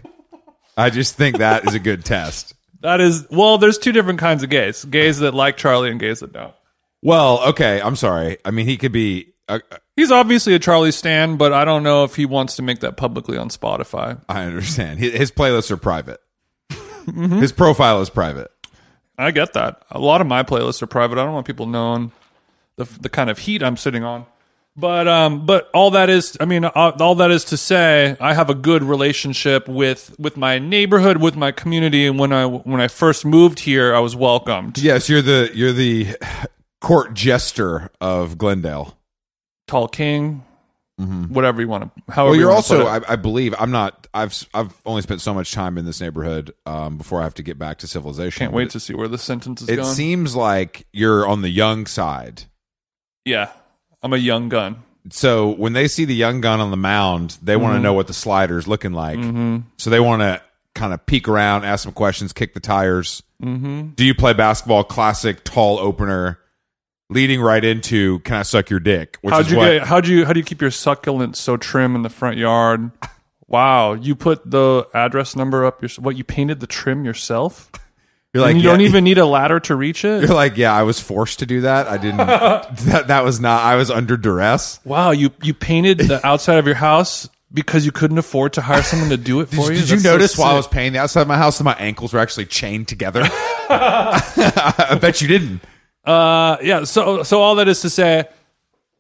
I just think that is a good test.
that is well. There's two different kinds of gays: gays that like Charlie and gays that don't.
Well, okay, I'm sorry. I mean, he could be. Uh,
He's obviously a Charlie Stan, but I don't know if he wants to make that publicly on Spotify.
I understand. His, his playlists are private.
Mm-hmm.
His profile is private.
I get that. A lot of my playlists are private. I don't want people knowing the the kind of heat I'm sitting on. But um, but all that is, I mean, uh, all that is to say, I have a good relationship with with my neighborhood, with my community, and when I when I first moved here, I was welcomed.
Yes, you're the you're the court jester of Glendale.
Tall King, whatever you want to. However,
Mm-hmm. Well, you're
you Oh, wanna put
also,
it.
I, I believe, I'm not. I've s- I've only spent so much time in this neighborhood um, before I have to get back to civilization.
Can't wait to see where the sentence is
It
going.
seems like you're on the young side.
yeah, I'm a young gun.
So when they see the young gun on the mound, they want
Mm-hmm.
to know what the slider's looking like. So they want to kind of peek around, ask some questions, kick the tires. Mm-hmm. Do you play basketball? Classic tall opener, leading right into "Can I suck your dick?" Which
How'd
is
you
what
get, how'd you how do you keep your succulents so trim in the front yard? Wow, you put the address number up. Your what you painted the trim yourself.
you're like.
and you
yeah,
don't even need a ladder to reach it.
You're like, yeah, I was forced to do that. I didn't. that that was not. I was under duress.
Wow, you you painted the outside of your house because you couldn't afford to hire someone to do it for
Did
you.
you
That's so
notice while I
sick.
was painting the outside of my house that my ankles were actually chained together? I bet you didn't.
Uh, yeah. So, so all that is to say,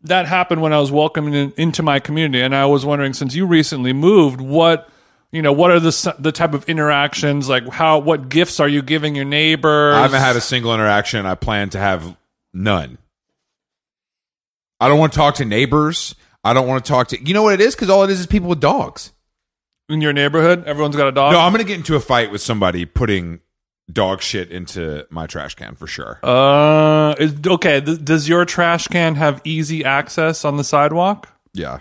that happened when I was welcomed in, into my community, and I was wondering, since you recently moved, what you know, what are the s- the type of interactions like? How what gifts are you giving your neighbors?
I haven't had a single interaction. I plan to have none. I don't want to talk to neighbors. I don't want to talk to. You know what it is? Because all it is is people with dogs.
in your neighborhood. Everyone's got a dog.
No, I'm going to get into a fight with somebody putting dog shit into my trash can for sure.
Uh, is, okay. Th- does your trash can have easy access on the sidewalk?
yeah.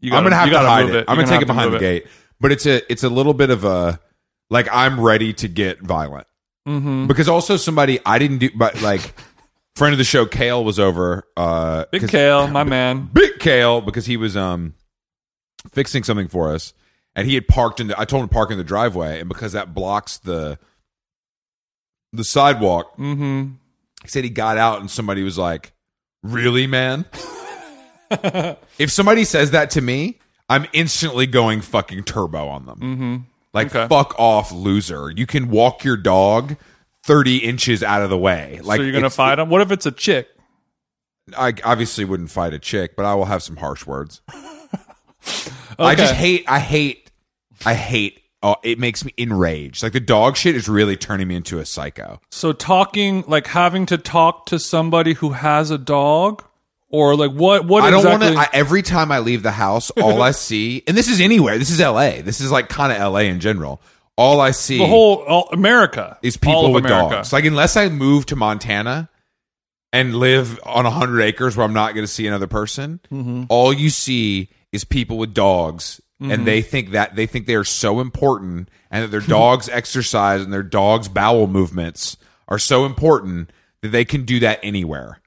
You
I'm gonna have
you
to hide
move
it. I'm
You're
gonna take it
have to
behind the
move
gate. But it's a it's a little bit of a like I'm ready to get violent
Mm-hmm.
because also somebody I didn't do but like friend of the show Kale was over uh
Big
'cause-
Kale, my man.
big Kale because he was um fixing something for us and he had parked in the I told him to park in the driveway and because that blocks the the sidewalk
Mm-hmm.
he said he got out and somebody was like, Really, man? if somebody says that to me, I'm instantly going fucking turbo on them. Mm-hmm. Like,
Okay.
fuck off, loser. You can walk your dog 30 inches out of the way. Like,
so you're gonna
it's-
fight him. What if it's a chick?
I obviously wouldn't fight a chick, but I will have some harsh words. I just hate, I hate, I hate. Oh, it makes me enraged. Like the dog shit is really turning me into a psycho.
So talking, like having to talk to somebody who has a dog, or like what? What
I don't
exactly?
want to. Every time I leave the house, all I see, and this is anywhere. This is L.A. This is like kind of L.A. in general. All I see
the whole all, America
is
all
people
of
with
America.
dogs. Like unless I move to Montana and live on hundred acres where I'm not going to see another person,
Mm-hmm.
all you see is people with dogs, and they think that they think they are so important, and that their dogs' exercise and their dogs' bowel movements are so important that they can do that anywhere,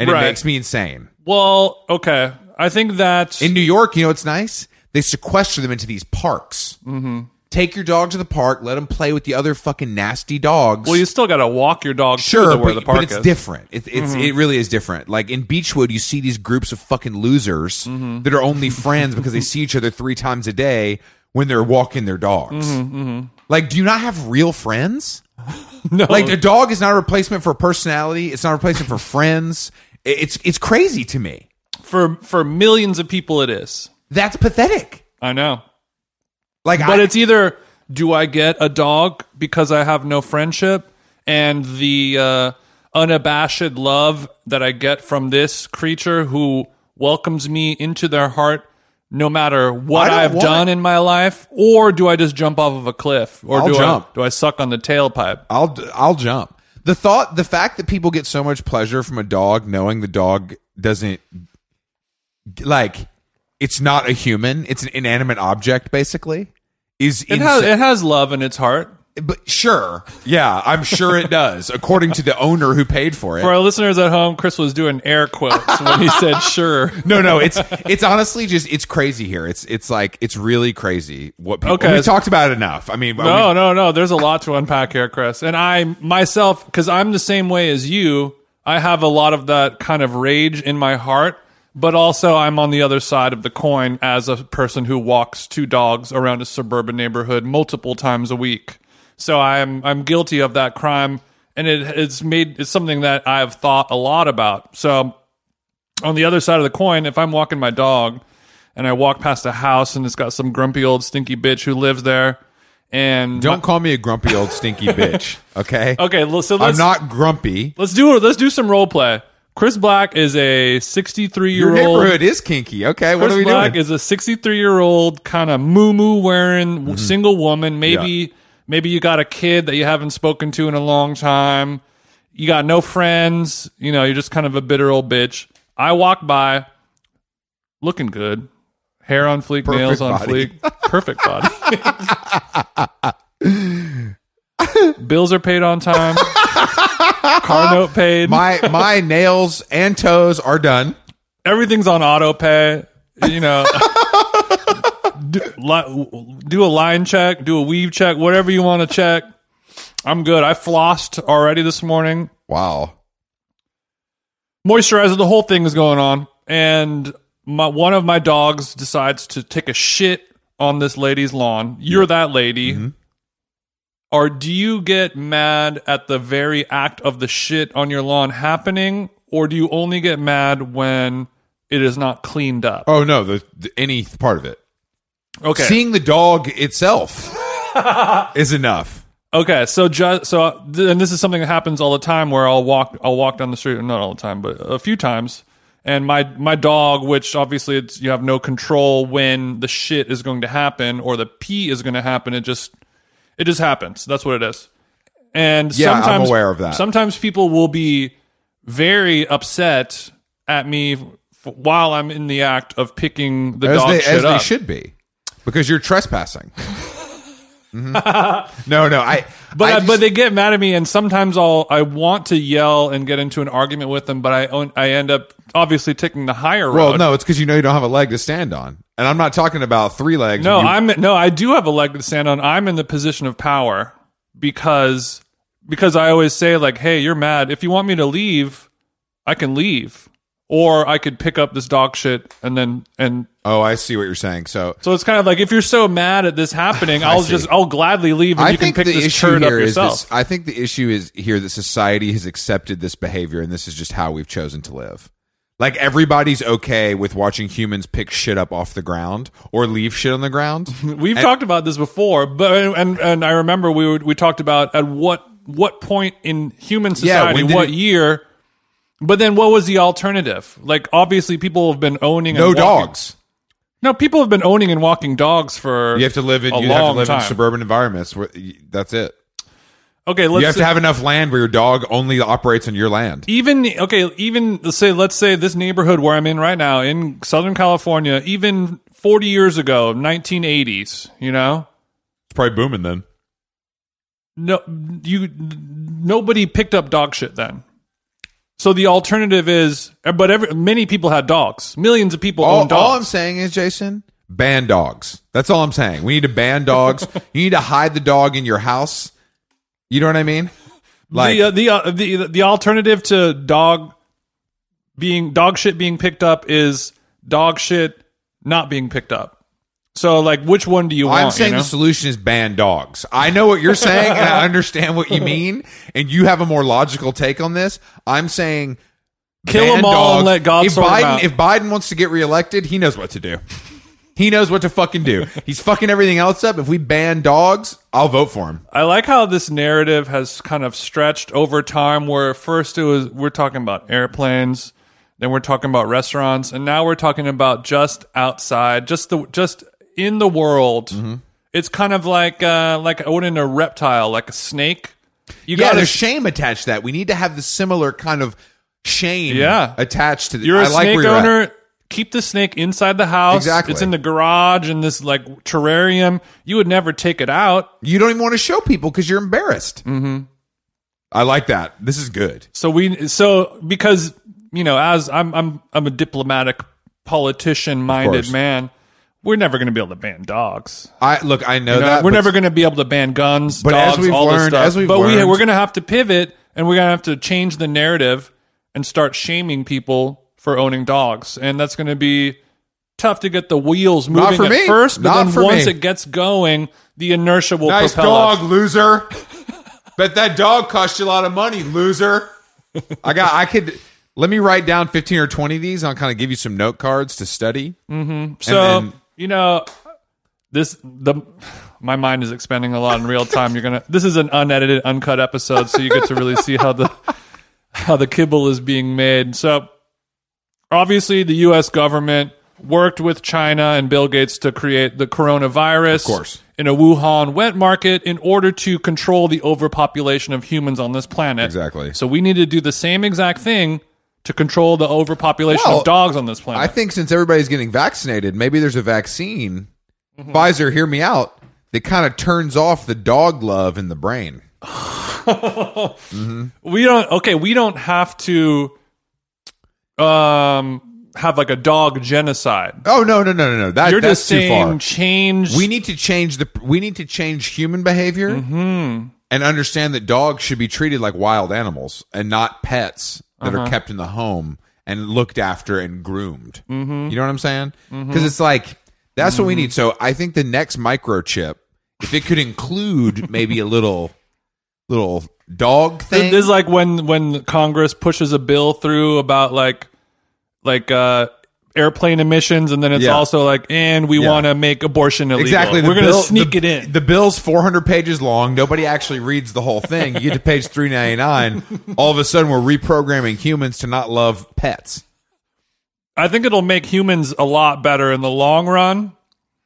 and
Right.
it makes me insane.
well, okay. I think that's
In New York, you know what's nice? They sequester them into these parks. Mm-hmm. Take your dog to the park, let them play with the other fucking nasty dogs.
well. You still got to walk your dog to
sure,
the,
but,
where the park
but it's
is. Mm-hmm.
different. It, it's it really is different. Like in Beechwood, you see these groups of fucking losers
Mm-hmm.
that are only friends because they see each other three times a day when they're walking their dogs.
Mm-hmm,
Like, do you not have real friends?
no,
Like, a dog is not a replacement for personality. It's not a replacement for friends. It- It's it's crazy to me.
for for millions of people, it is.
That's pathetic.
I know.
Like,
But
I,
it's either do I get a dog because I have no friendship and the uh, unabashed love that I get from this creature who welcomes me into their heart no matter what
I don't
I've
want
done
it.
in my life, or do I just jump off of a cliff, or
I'll
do
jump.
I do I suck on the tailpipe?
I'll d- I'll jump.
The thought, the fact that people get so much pleasure from a dog, knowing the dog doesn't like, it's not a human, it's an inanimate object, basically, is
It has
insa-
it has love in its heart.
But sure,
Yeah, I'm sure it does, according to the owner who paid for it.
For our listeners at home, Chris was doing air quotes when he said "sure."
no, no, it's it's honestly just it's crazy here. It's it's like it's really crazy what people.
Okay.
we talked about it enough. I mean,
No, no, no. There's a lot to unpack here, Chris. And I myself, because I'm the same way as you, I have a lot of that kind of rage in my heart. But also, I'm on the other side of the coin as a person who walks two dogs around a suburban neighborhood multiple times a week. So I'm I'm guilty of that crime, and it, it's made it's something that I've thought a lot about. So on the other side of the coin, if I'm walking my dog and I walk past a house and it's got some grumpy old stinky bitch who lives there, and
Don't call me a grumpy old stinky bitch, okay?
okay, l- so
I'm
let's
not grumpy.
let's do let's do some role play. Chris Black is a 63
Your
year old.
neighborhood is kinky, okay? what are
Chris
we
Black
doing?
is a 63 year old kind of moo moo wearing w
Mm-hmm.
single woman. Maybe maybe you got a kid that you haven't spoken to in a long time. You got no friends. You know, you're just kind of a bitter old bitch. I walk by, looking good, hair on fleek, nails on
body.
fleek, perfect body. Bills are paid on time. Car note paid.
my my nails and toes are done.
everything's on auto pay. You know, do, li- do a line check, do a weave check, whatever you want to check. I'm good. I flossed already this morning.
Wow.
Moisturizer, the whole thing is going on, and my one of my dogs decides to take a shit on this lady's lawn. You're that lady. Or do you get mad at the very act of the shit on your lawn happening, or do you only get mad when it is not cleaned up?
Oh no, the, the any part of it.
Okay.
Seeing the dog itself is enough.
okay. So just so, th- and this is something that happens all the time where I'll walk, I'll walk down the street, not all the time, but a few times. And my my dog, which obviously it's you have no control when the shit is going to happen or the pee is going to happen. It just it just happens. That's what it is. And
Yeah, I'm
sometimes
aware of that.
Sometimes people will be very upset at me f- while I'm in the act of picking the
As
dog
they
shit
as they
up.
should be. Because you're trespassing. Mhm. No, no, I
But
I
I
just-
but they get mad at me, and sometimes I'll I want to yell and get into an argument with them, but I own, I end up obviously taking the higher
well,
road.
no, it's because you know you don't have a leg to stand on, and I'm not talking about three legs.
no,
You-
I'm no, I do have a leg to stand on. I'm in the position of power because because I always say like, hey, you're mad. If you want me to leave, I can leave, or I could pick up this dog shit and then and
oh, I see what you're saying. So
so it's kind of like if you're so mad at this happening, I'll
see.
just I'll gladly leave, and
I
you can
think
pick
the
this
issue
turd up
here is
yourself.
this-
I think the issue is here that society has accepted this behavior and this is just how we've chosen to live. Like everybody's okay with watching humans pick shit up off the ground or leave shit on the ground.
We've talked about this before, but and and I remember we were, we talked about at what what point in human society,
when did
what
it-
year? But then, what was the alternative? Like, obviously, people have been owning
No
and walking-
dogs.
No, people have been owning and walking dogs for
You have to live in
a
you have
long
to live in
time.
suburban environments where y- that's it.
okay, let's
You have to have enough land where your dog only operates on your land.
even okay, even let's say let's say this neighborhood where I'm in right now in Southern California, even 40 years ago, 1980s, you know,
It's probably booming then.
no you nobody picked up dog shit then so the alternative is but every, many people had dogs millions of people
All,
owned
all I'm
dogs
saying is, Jason, ban dogs. That's all I'm saying. We need to ban dogs. you need to hide the dog in your house. You know what I mean? Like
the, uh, the, uh, the the alternative to dog being dog shit being picked up is dog shit not being picked up so like which one do you want
I'm saying
you know?
the solution is ban dogs. I know what you're saying and I understand what you mean, and you have a more logical take on this. I'm saying
Kill 'em
ban
all and let God
if
sort 'em
Biden,
out.
If Biden wants to get reelected, he knows what to do. He knows what to fucking do. He's fucking everything else up. If we ban dogs, I'll vote for him.
I like how this narrative has kind of stretched over time where first it was we're talking about airplanes, Then we're talking about restaurants, and now we're talking about just outside, just the just in the world.
Mm-hmm.
It's kind of like uh, like I wouldn't a reptile, like a snake. You
Yeah,
got
there's
to
shame attached to that. We need to have the similar kind of shame
Yeah.
attached to the
You're a
I like
snake
where you're at.
owner. Keep the snake inside the house.
Exactly.
It's in the garage in this like terrarium. You would never take it out.
You don't even want to show people because you're embarrassed. Mm-hmm. I like that. This is good.
So we so because you know as I'm I'm I'm a diplomatic politician minded
course.
man. We're never going to be able to ban dogs.
I look. I know
You know,
that
we're
but-
never going to be able to ban guns,
But as
dogs,
we've
all this
learned-
stuff.
as we've
but we,
learned-
we're going to have to pivot, and we're going to have to change the narrative and start shaming people for owning dogs, and that's going to be tough to get the wheels moving
for
at
me.
first. But
Not
then
for
once
me.
it gets going, the inertia will
Nice
propel
dog,
us.
loser. Bet that dog cost you a lot of money, loser. I got. I could. Let me write down fifteen or twenty of these. I'll kind of give you some note cards to study.
Mm-hmm. So
And then-
you know, this the my mind is expanding a lot in real time. You're gonna this is an unedited, uncut episode, so you get to really see how the how the kibble is being made. So obviously, the U.S. government worked with China and Bill Gates to create the coronavirus, of
course.
in a Wuhan wet market in order to control the overpopulation of humans on this planet.
Exactly.
So we need to do the same exact thing. To control the overpopulation
Well,
of dogs on this planet.
I think since everybody's getting vaccinated, maybe there's a vaccine.
Mm-hmm.
Pfizer, hear me out. That kind of turns off the dog love in the brain.
we don't okay we don't have to um have like a dog genocide
Oh no no no no no! That,
you're
that's
just
too far.
saying change
We need to change the. We need to change human behavior and understand that dogs should be treated like wild animals and not pets that are kept in the home and looked after and groomed. Mm-hmm. You know what I'm saying? Because it's like that's what we need. So I think the next microchip, if it could include maybe a little, little dog thing.
this is like when when congress pushes a bill through about like like uh airplane emissions and then it's
Yeah.
also like and we
Yeah.
want to make abortion illegal
Exactly. the
we're gonna
bill-
sneak
the-
it in
The bill's 400 pages long. Nobody actually reads the whole thing. You get to page 399. All of a sudden, we're reprogramming humans to not love pets.
i think it'll make humans a lot better in the long run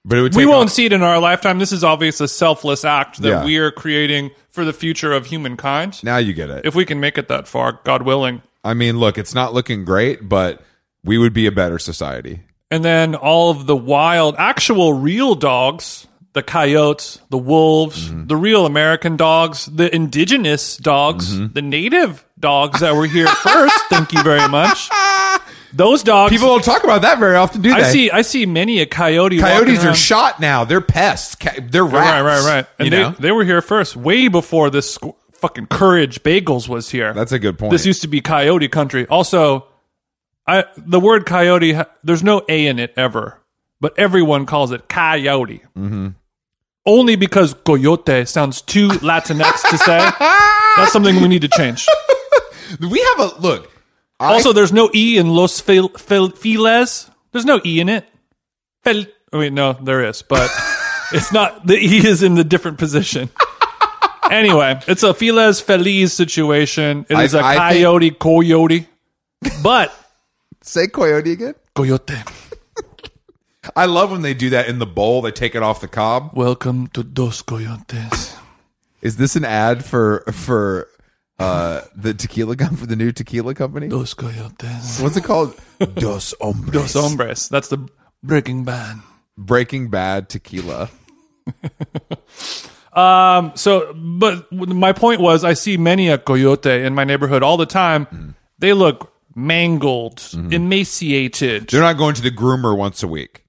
But it would
we
take
won't see it in our lifetime this is obviously a selfless act that
Yeah.
we are creating for the future of humankind
now you get it.
if we can make it that far god willing
I mean, look, it's not looking great, but we would be a better society.
And then all of the wild, actual real dogs, the coyotes, the wolves,
Mm-hmm.
the real American dogs, the indigenous dogs,
Mm-hmm.
the native dogs that were here first. Thank you very much. Those dogs.
People don't talk about that very often, do they?
I see. I see many a coyote.
Coyotes
walking
are
around-
shot now. They're pests. Ca- They're rats.
Right, right, right. And
you
they,
know?
they were here first, way before this squ- fucking Courage Bagels was here.
That's a good point.
This used to be coyote country. Also, I the word coyote ha- there's no a in it ever, but everyone calls it coyote. Mm-hmm. Only because coyote sounds too Latinx to say. That's something we need to change.
we have a look. I-
Also, there's no e in Los Fel, Fel, Feles. There's no e in it. Fel, I mean, no, there is, but it's not. The e is in the different position. Anyway, it's a Feles Feliz situation. It
I-
is a
I think-
coyote coyote, but
say coyote again.
coyote.
I love when they do that in the bowl. They take it off the cob.
Welcome to Dos Coyotes.
Is this an ad for for uh the tequila com- for the new tequila company?
Dos Coyotes.
What's it called? Dos Hombres.
Dos Hombres. That's the Breaking Bad.
Breaking Bad tequila.
Um. So, but my point was, I see many a coyote in my neighborhood all the time. They look mangled,
Mm-hmm.
emaciated.
They're not going to the groomer once a week.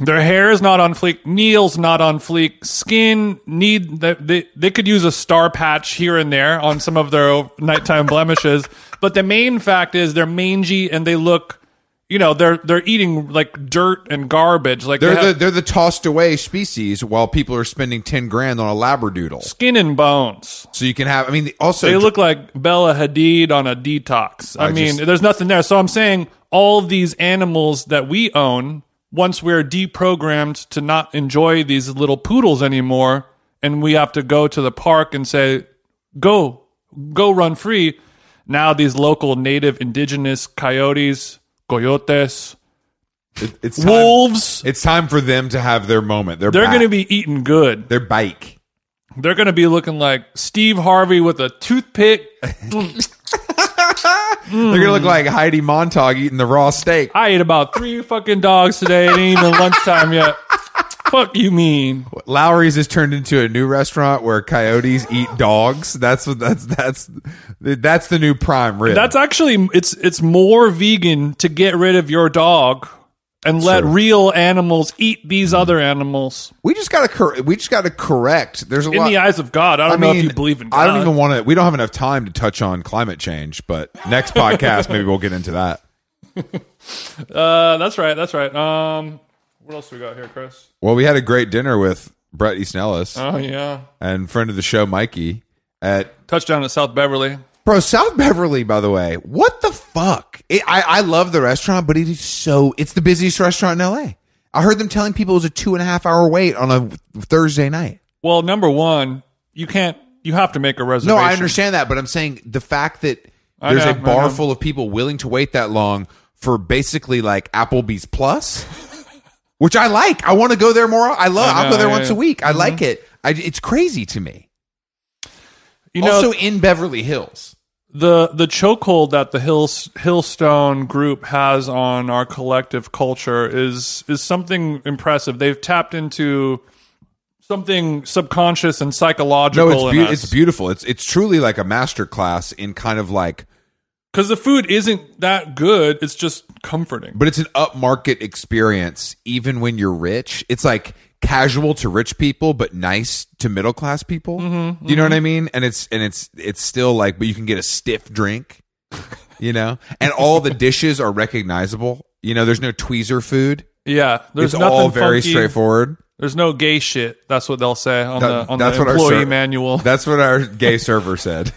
Their hair is not on fleek. Needles not on fleek. Skin need they, they they could use a star patch here and there on some of their nighttime blemishes. But the main fact is they're mangy and they look, you know, they're they're eating like dirt and garbage. Like
They're
they have
the they're the tossed away species while people are spending ten grand on a labradoodle.
skin and bones.
So you can have. I mean, also
They look like Bella Hadid on a detox. I, mean,
just-
there's nothing there. So I'm saying all of these animals that we own, once we're deprogrammed to not enjoy these little poodles anymore, and we have to go to the park and say, go, go run free. Now these local native indigenous coyotes, coyotes,
It- it's time,
wolves.
It's time for them to have their moment. Their
They're
bat-
going to be eating good.
their bike.
They're going to be looking like Steve Harvey with a toothpick.
They're gonna look
Hmm.
like Heidi Montag eating the raw steak.
I ate about three fucking dogs today. It ain't even lunchtime yet. Fuck you mean?
Lowry's has turned into a new restaurant where coyotes eat dogs. That's what that's that's that's the new prime rib.
That's actually it's it's more vegan to get rid of your dog and let real animals eat these other animals.
We just got to cor- we just got to correct. There's a
In
lot.
the eyes of God, I don't know if you believe in God.
I don't even want to. We don't have enough time to touch on climate change, but next podcast maybe we'll get into that.
Uh, that's right. That's right. Um, what else we got here, Chris?
Well, we had a great dinner with Brett Easton Ellis
Oh yeah,
and friend of the show Mikey at
touchdown at South Beverly.
Bro, South Beverly, by the way, what the fuck? It, I, I love the restaurant, but it is so, it's the busiest restaurant in LA. I heard them telling people it was a two and a half hour wait on a Thursday night.
Well, number one, you can't. You have to make a
No,
reservation.
I understand that, but I'm saying the fact that
I
there's
know,
a
I
bar
know.
full of people willing to wait that long for basically like Applebee's Plus, which I like. I want to go there more. I love,
I
I'll go
know,
there
yeah,
once
yeah.
a week. I
Mm-hmm.
like it. I, it's crazy to me.
You know,
also in Beverly Hills.
the the chokehold that the Hills, Hillstone group has on our collective culture is is something impressive. They've tapped into something subconscious and psychological.
no, Oh, it's
in
beau-
us.
it's beautiful. It's it's truly like a master class in kind of like,
because the food isn't that good. It's just comforting.
but it's an upmarket experience.
even when you're rich. It's like casual to rich people, but nice to middle class people.
Mm-hmm,
You know what I mean? And it's and it's it's still like, but you can get a stiff drink, you know. And all the dishes are recognizable. You know, there's no tweezer food.
Yeah, there's
it's
nothing
all very
funky.
straightforward.
There's no gay shit. That's what they'll say on
That-
the on
that's
the
what our
employee
ser-
manual.
That's what our gay server said.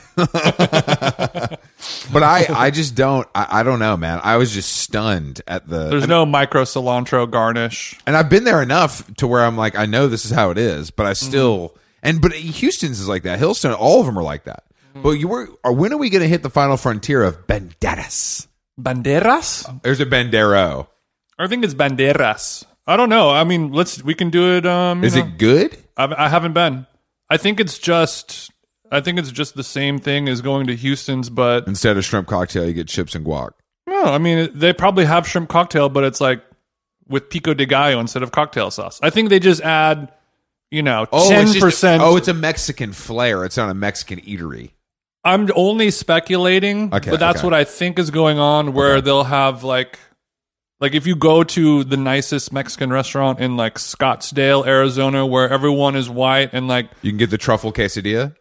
But I I just don't I, I don't know, man. I was just stunned at the
There's no micro cilantro garnish.
and I've been there enough to where I'm like, I know this is how it is, but I
Mm-hmm.
still and but Houston's is like that. Hillstone, all of them are like that.
Mm-hmm.
But you were or when are we going to hit the final frontier of banderas?
Banderas?
There's a Bandero.
I think it's banderas. I don't know. I mean, let's we can do it. Um,
Is it good?
I, I haven't been. I think it's just. I think it's just the same thing as going to Houston's, but
Instead of shrimp cocktail, you get chips and guac.
no. I mean, they probably have shrimp cocktail, but it's like with pico de gallo instead of cocktail sauce. I think they just add, you know, ten
it's just-
percent.
Oh, it's a Mexican flair. It's not a Mexican eatery.
I'm only speculating,
Okay,
but that's
okay.
what I think is going on. Where they'll have like, like if you go to the nicest Mexican restaurant in like Scottsdale, Arizona, where everyone is white and like
You can get the truffle quesadilla.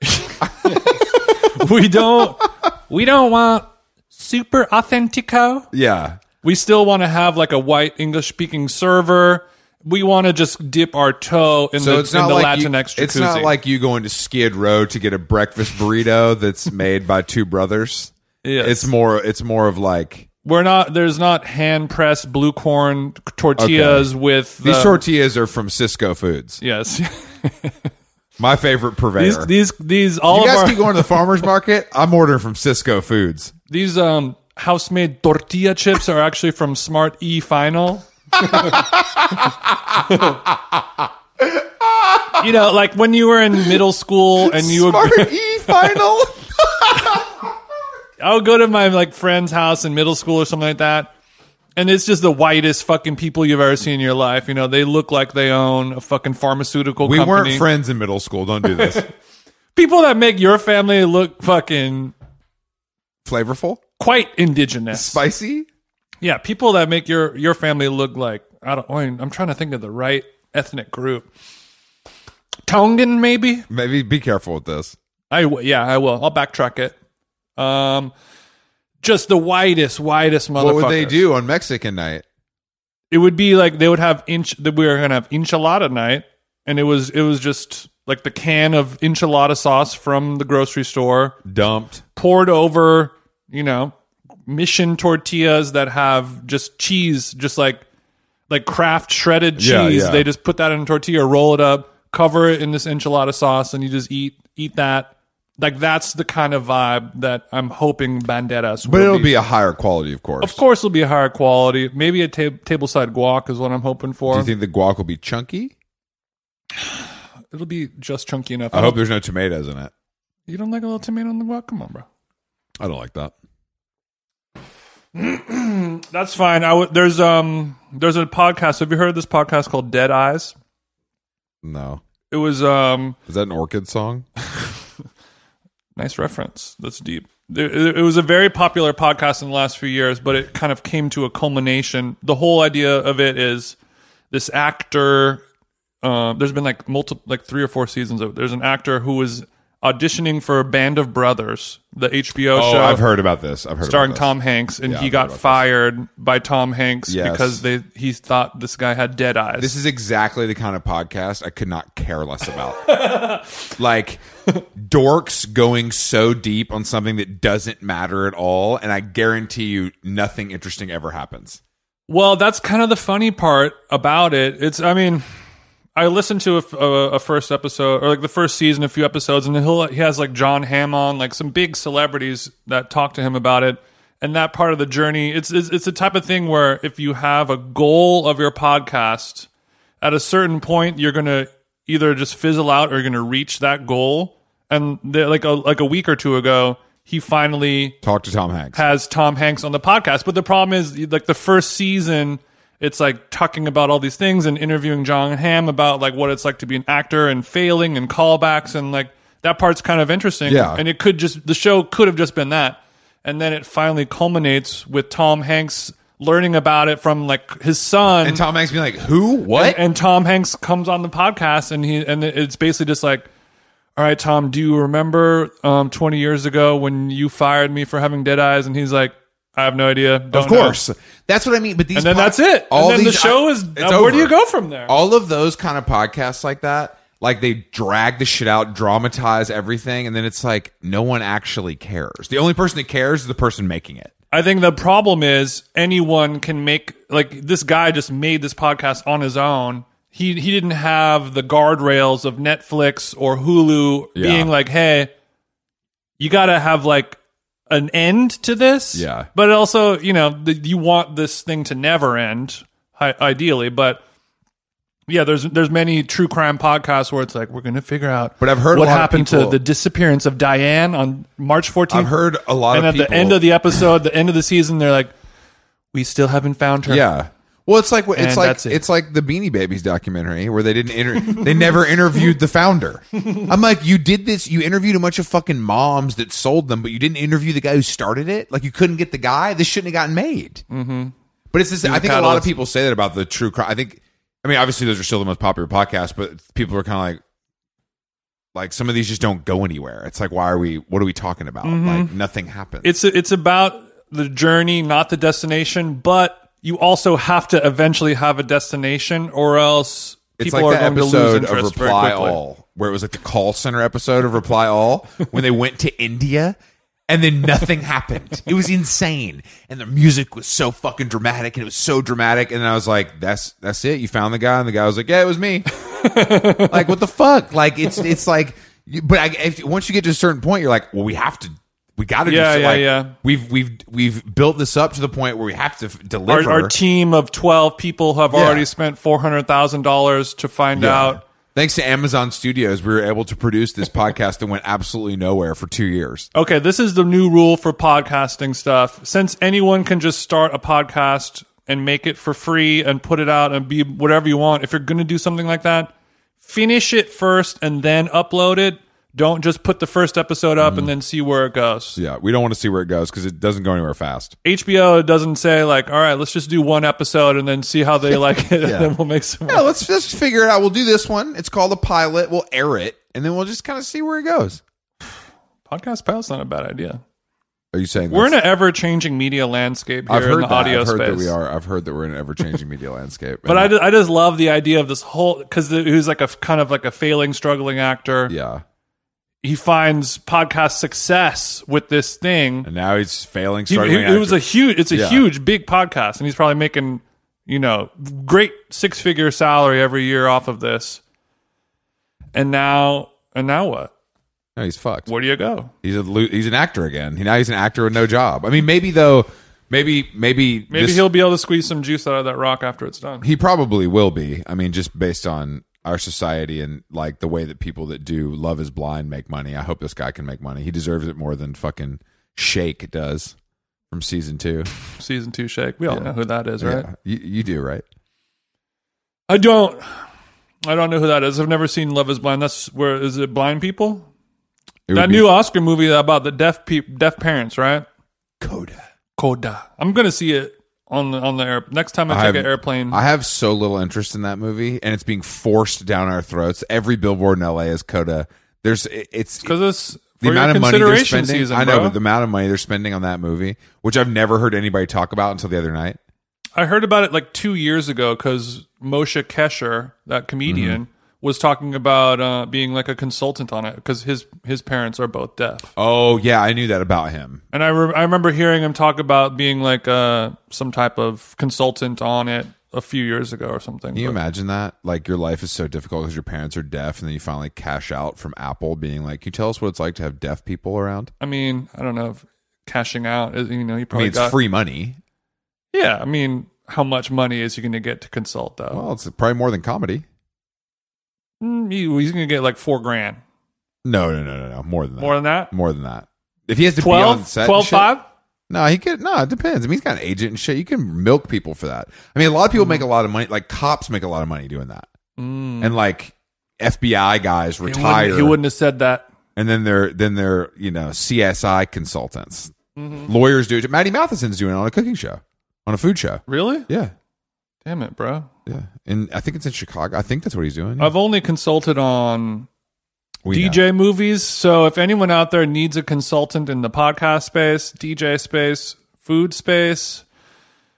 we don't, we don't want super authentico.
Yeah.
We still want to have like a white English speaking server. We want to just dip our toe in
So
the,
it's
in
not
the
like you,
Latinx jacuzzi.
it's not like you going to Skid Row to get a breakfast burrito that's made by two brothers.
Yes.
It's more. It's more of like
we're not. There's not hand pressed blue corn tortillas with the,
these tortillas are from Cisco Foods.
yes.
My favorite purveyor.
these these these all
you
of
guys
our
keep going to the farmers market. I'm ordering from Cisco Foods.
these um house made tortilla chips are actually from Smart E Final. you know, like when you were in middle school and you would
Smart E final.
I would go to my like friend's house in middle school or something like that. And it's just the whitest fucking people you've ever seen in your life. You know, they look like they own a fucking pharmaceutical
We
company.
weren't friends in middle school. Don't do this.
people that make your family look fucking
Flavorful,
quite indigenous.
spicy.
Yeah, people that make your your family look like I don't. I mean, I'm trying to think of the right ethnic group. Tongan, maybe.
Maybe be careful with this.
I w- yeah, I will. I'll backtrack it. Um, just the whitest, whitest motherfuckers.
What would they do on Mexican night?
It would be like they would have inch. That we were gonna have enchilada night, and it was it was just like the can of enchilada sauce from the grocery store
Dumped.
poured over, you know, mission tortillas that have just cheese, just like like craft shredded cheese.
Yeah, yeah.
They just put that in a tortilla, roll it up, cover it in this enchilada sauce, and you just eat eat that. Like that's the kind of vibe that I'm hoping Banderas.
But
will
it'll be a higher quality, of course.
of course, it'll be a higher quality. Maybe a ta- tableside guac is what I'm hoping
Do
for.
you think the guac will be chunky?
it'll be just chunky enough.
I hope there's no tomatoes in it.
you don't like a little tomato on the guac. Come on, bro.
I don't like that.
That's fine. I w- there's um there's a podcast. Have you heard of this podcast called Dead Eyes?
No.
It was um
Is that an orchid song?
nice reference. That's deep. There- It it was a very popular podcast in the last few years, but it kind of came to a culmination. The whole idea of it is this actor. Uh, there's been like multiple, like three or four seasons of. It. There's an actor who was auditioning for Band of Brothers, the HBO
Oh,
show.
I've heard about this. I've heard
starring
about
Tom Hanks, and he got fired by Tom Hanks
Yes.
because they he thought this guy had dead eyes.
This is exactly the kind of podcast I could not care less about. like dorks going so deep on something that doesn't matter at all, and I guarantee you nothing interesting ever happens.
well, that's kind of the funny part about it. It's I mean, I listened to a, f- a- a first episode or like the first season, a few episodes, and he'll, he has like John Hamm on, like some big celebrities that talk to him about it. And that part of the journey, it's, it's it's the type of thing where if you have a goal of your podcast, at a certain point you're gonna either just fizzle out or you're gonna reach that goal. And the- like a like a week or two ago, he finally
Talk to Tom Hanks.
has Tom Hanks on the podcast. But the problem is, like the first season, it's like talking about all these things and interviewing John Hamm about like what it's like to be an actor and failing and callbacks and like that part's kind of interesting.
Yeah.
and it could just the show could have just been that, and then it finally culminates with Tom Hanks learning about it from like his son
And Tom Hanks being like, "Who? What?"
and Tom Hanks comes on the podcast, and he and it's basically just like, "All right, Tom, do you remember um, 20 years ago when you fired me for having dead eyes?" And he's like, "I have no idea." Don't
of course, that's what I mean. But these
Know. And then
pod-
that's it. and then the
these-
show is.
it's
uh, where do
over.
you go from there?
all of those kind of podcasts like that like they drag the shit out dramatize everything and then it's like no one actually cares the only person that cares is the person making it
I think the problem is anyone can make like this guy just made this podcast on his own. He he didn't have the guardrails of Netflix or Hulu being like, "Hey, you got to have like an end to this."
Yeah.
But also, you know, the, you want this thing to never end hi- ideally, but yeah, there's there's many true crime podcasts where it's like we're going to figure out
But I've heard a
what
lot of
happened
people-
to the disappearance of Diane on March 14th
i've heard a lot
and
of
at
people
the end of the episode, the end of the season, they're like, "We still haven't found her."
yeah well it's like it's
And
like
that's it.
it's like the beanie babies documentary where they didn't inter- they never interviewed the founder i'm like you did this you interviewed a bunch of fucking moms that sold them but you didn't interview the guy who started it like you couldn't get the guy this shouldn't have gotten made But it's this. I think a lot of
Mm-hmm. catalyst.
people say that about the true crime. I think. I mean, obviously, those are still the most popular podcasts, but people are kind of like, like some of these just don't go anywhere. It's like, why are we? What are we talking about?
Mm-hmm.
Like nothing happens.
it's it's about the journey, not the destination. But you also have to eventually have a destination, or else
It's
people
like
are
that
going to lose
episode of
interest very
Reply
quickly.
All, where it was like the call center episode of Reply All, when they went to India and then nothing happened. It was insane, and the music was so fucking dramatic, and it was so dramatic. And I was like, "That's that's it. You found the guy." And the guy was like, "Yeah, it was me." like, what the fuck? Like, it's it's like, you- but I, if, once you get to a certain point, you're like, "Well, we have to." We got to do
Yeah,
so,
yeah,
like,
yeah.
We've we've we've built this up to the point where we have to f-
Our,
deliver.
our team of twelve people have already spent four hundred thousand dollars to find out.
Thanks to Amazon Studios, we were able to produce this podcast that went absolutely nowhere for two years.
Okay, this is the new rule for podcasting stuff. Since anyone can just start a podcast and make it for free and put it out and be whatever you want, if you're going to do something like that, finish it first and then upload it. Don't just put the first episode up and then see where it goes.
Yeah, we don't want to see where it goes because it doesn't go anywhere fast.
HBO doesn't say like, "All right, let's just do one episode and then see how they like it, and then we'll make some."
Yeah, let's just figure it out. We'll do this one. It's called a pilot. We'll air it, and then we'll just kind of see where it goes.
Podcast pilot's not a bad idea.
Are you saying
We're in
that's-
an ever-changing media landscape here
I've
in
heard
the
that.
audio
I've heard
space.
that we are. I've heard that we're in an ever-changing media landscape.
But I just, I just love the idea of this whole because he was like a f- kind of like a failing, struggling actor.
yeah,
He finds podcast success with this thing.
and now he's failing.
He,
struggling
he- it was a
actor.
huge, it's a
Yeah.
huge, big podcast, and he's probably making you know great six figure salary every year off of this. And now, and now what?
No, he's fucked.
Where do you go?
He's a lo- he's an actor again. He- Now he's an actor with no job. I mean, maybe though, maybe maybe
Maybe
this-
he'll be able to squeeze some juice out of that rock after it's done.
he probably will be. I mean, just based on our society and like the way that people that do Love Is Blind make money. I hope this guy can make money. He deserves it more than fucking Shake does from season two.
Season two shake. We all know who that is, right?
Yeah. You, you do right.
I don't. I don't know who that is. I've never seen Love Is Blind. That's where is it? Blind people.
It
That
would be
new Oscar movie about the deaf peop deaf parents, right?
Coda.
Coda. I'm gonna see it on the on the air next time I take
I've-
an airplane.
I have so little interest in that movie, and it's being forced down our throats. Every billboard in LA is Coda. There's it- it's
because it's for
the
your
amount of money they're
consideration
spending.
season,
I know,
bro.
but the amount of money they're spending on that movie, which I've never heard anybody talk about until the other night.
I heard about it like two years ago because Moshe Kesher, that comedian,
Mm-hmm.
was talking about uh, being like a consultant on it because his his parents are both deaf,
Oh yeah, I knew that about him.
and I re- I remember hearing him talk about being like uh, some type of consultant on it a few years ago or something.
Can you
But
imagine that? Like your life is so difficult because your parents are deaf, and then you finally cash out from Apple, being like, "Can you tell us what it's like to have deaf people around?"
I mean, I don't know if cashing out is you know you
I mean,
probably
it's
got,
free money.
Yeah, I mean, how much money is he going to get to consult though?
Well, it's probably more than comedy.
Mm, he- he's going to get like four grand,
No, no, no, no, no, more than that.
more than that.
More than that. If he has to be on
12,
set, and
12
shit-
5?
No, he could. No, it depends. I mean, he's got an agent and shit. You can milk people for that. I mean, a lot of people make a lot of money. Like cops make a lot of money doing that,
Mm.
and like FBI guys
He wouldn't-
retire,
He wouldn't have said that.
and then they're then they're you know CSI consultants,
Mm-hmm.
lawyers do. it. Maddie Matheson's doing it on a cooking show, on a food show.
Really?
Yeah,
Damn it, bro.
yeah, and I think it's in Chicago. I think that's what he's doing.
I've only consulted
Hmm.
on
We know.
DJ movies. So if anyone out there needs a consultant in the podcast space, DJ space, food space,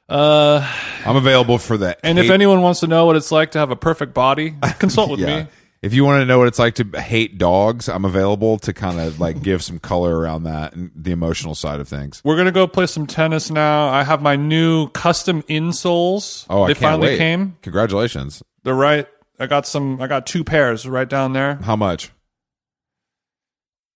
uh,
I'm available for that.
and if anyone wants to know what it's like to have a perfect body, consult with me.
If you want to know what it's like to hate dogs, I'm available to kind of like give some color around that and the emotional side of things.
We're gonna go play some tennis now. I have my new custom insoles.
Oh, I
they
can't
finally
wait.
came.
Congratulations.
They're right. I got some. I got two pairs right down there.
How much?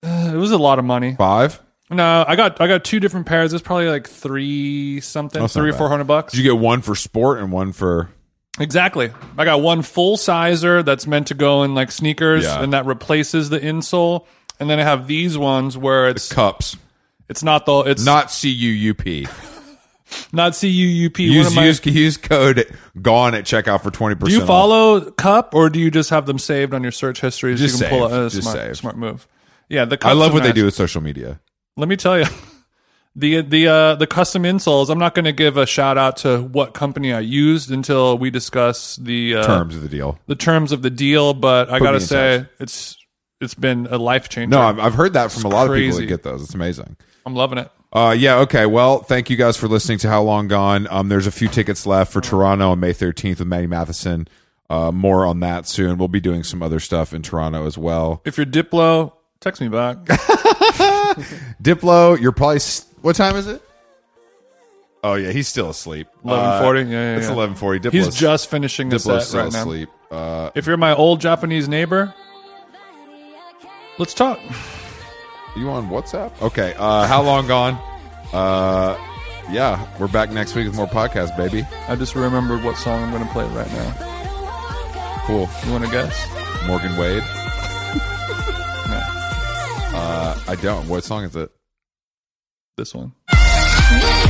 Uh, It was a lot of money.
Five?
No, I got I got two different pairs. It's probably like three something,
That's not
three or
bad.
four hundred bucks.
Did you get one for sport and one for
Exactly. I got one full sizer that's meant to go in like sneakers,
Yeah.
and that replaces the insole. And then I have these ones where it's
cups?
it's not the it's not
Not C U U P.
not C U U P. One of
Use
my.
use use code gone at checkout for twenty
Do
percent.
you follow cup or do you just have them saved on your search history? so
Just
you can pull
saved.
out- uh,
Just
smart,
saved.
smart move. Yeah, the
I
cups
love
are
what they
nice.
do with social media.
Let me tell you, the the uh, the custom insoles. I'm not going to give a shout out to what company I used until we discuss the uh,
Terms of the deal.
the terms of the deal. But I
Put
got
me
to
in
say, it's it's been a life changer.
No, I've, I've heard that from a lot of people that
crazy.
get those. It's amazing.
I'm loving it.
Uh, yeah. Okay. Well, thank you guys for listening to How Long Gone. Um, there's a few tickets left for Toronto on May 13th with Maddie Matheson. Uh, more on that soon. We'll be doing some other stuff in Toronto as well.
If you're Diplo, text me back.
Diplo, you're probably. s what time is it? Oh yeah, he's still asleep. Uh,
11:40? Yeah, yeah,
It's
yeah.
11:40. Diplo's,
He's just finishing the
Diplo's
set
still
right now.
asleep. Uh,
If you're my old Japanese neighbor, let's talk.
you on WhatsApp? Okay. Uh, how long gone? Uh, yeah, we're back next week with more podcast, baby.
I just remembered what song I'm going to play right now.
Cool.
You want to guess?
Morgan Wade.
No,
Uh, I don't. What song is it?
this one.
Thank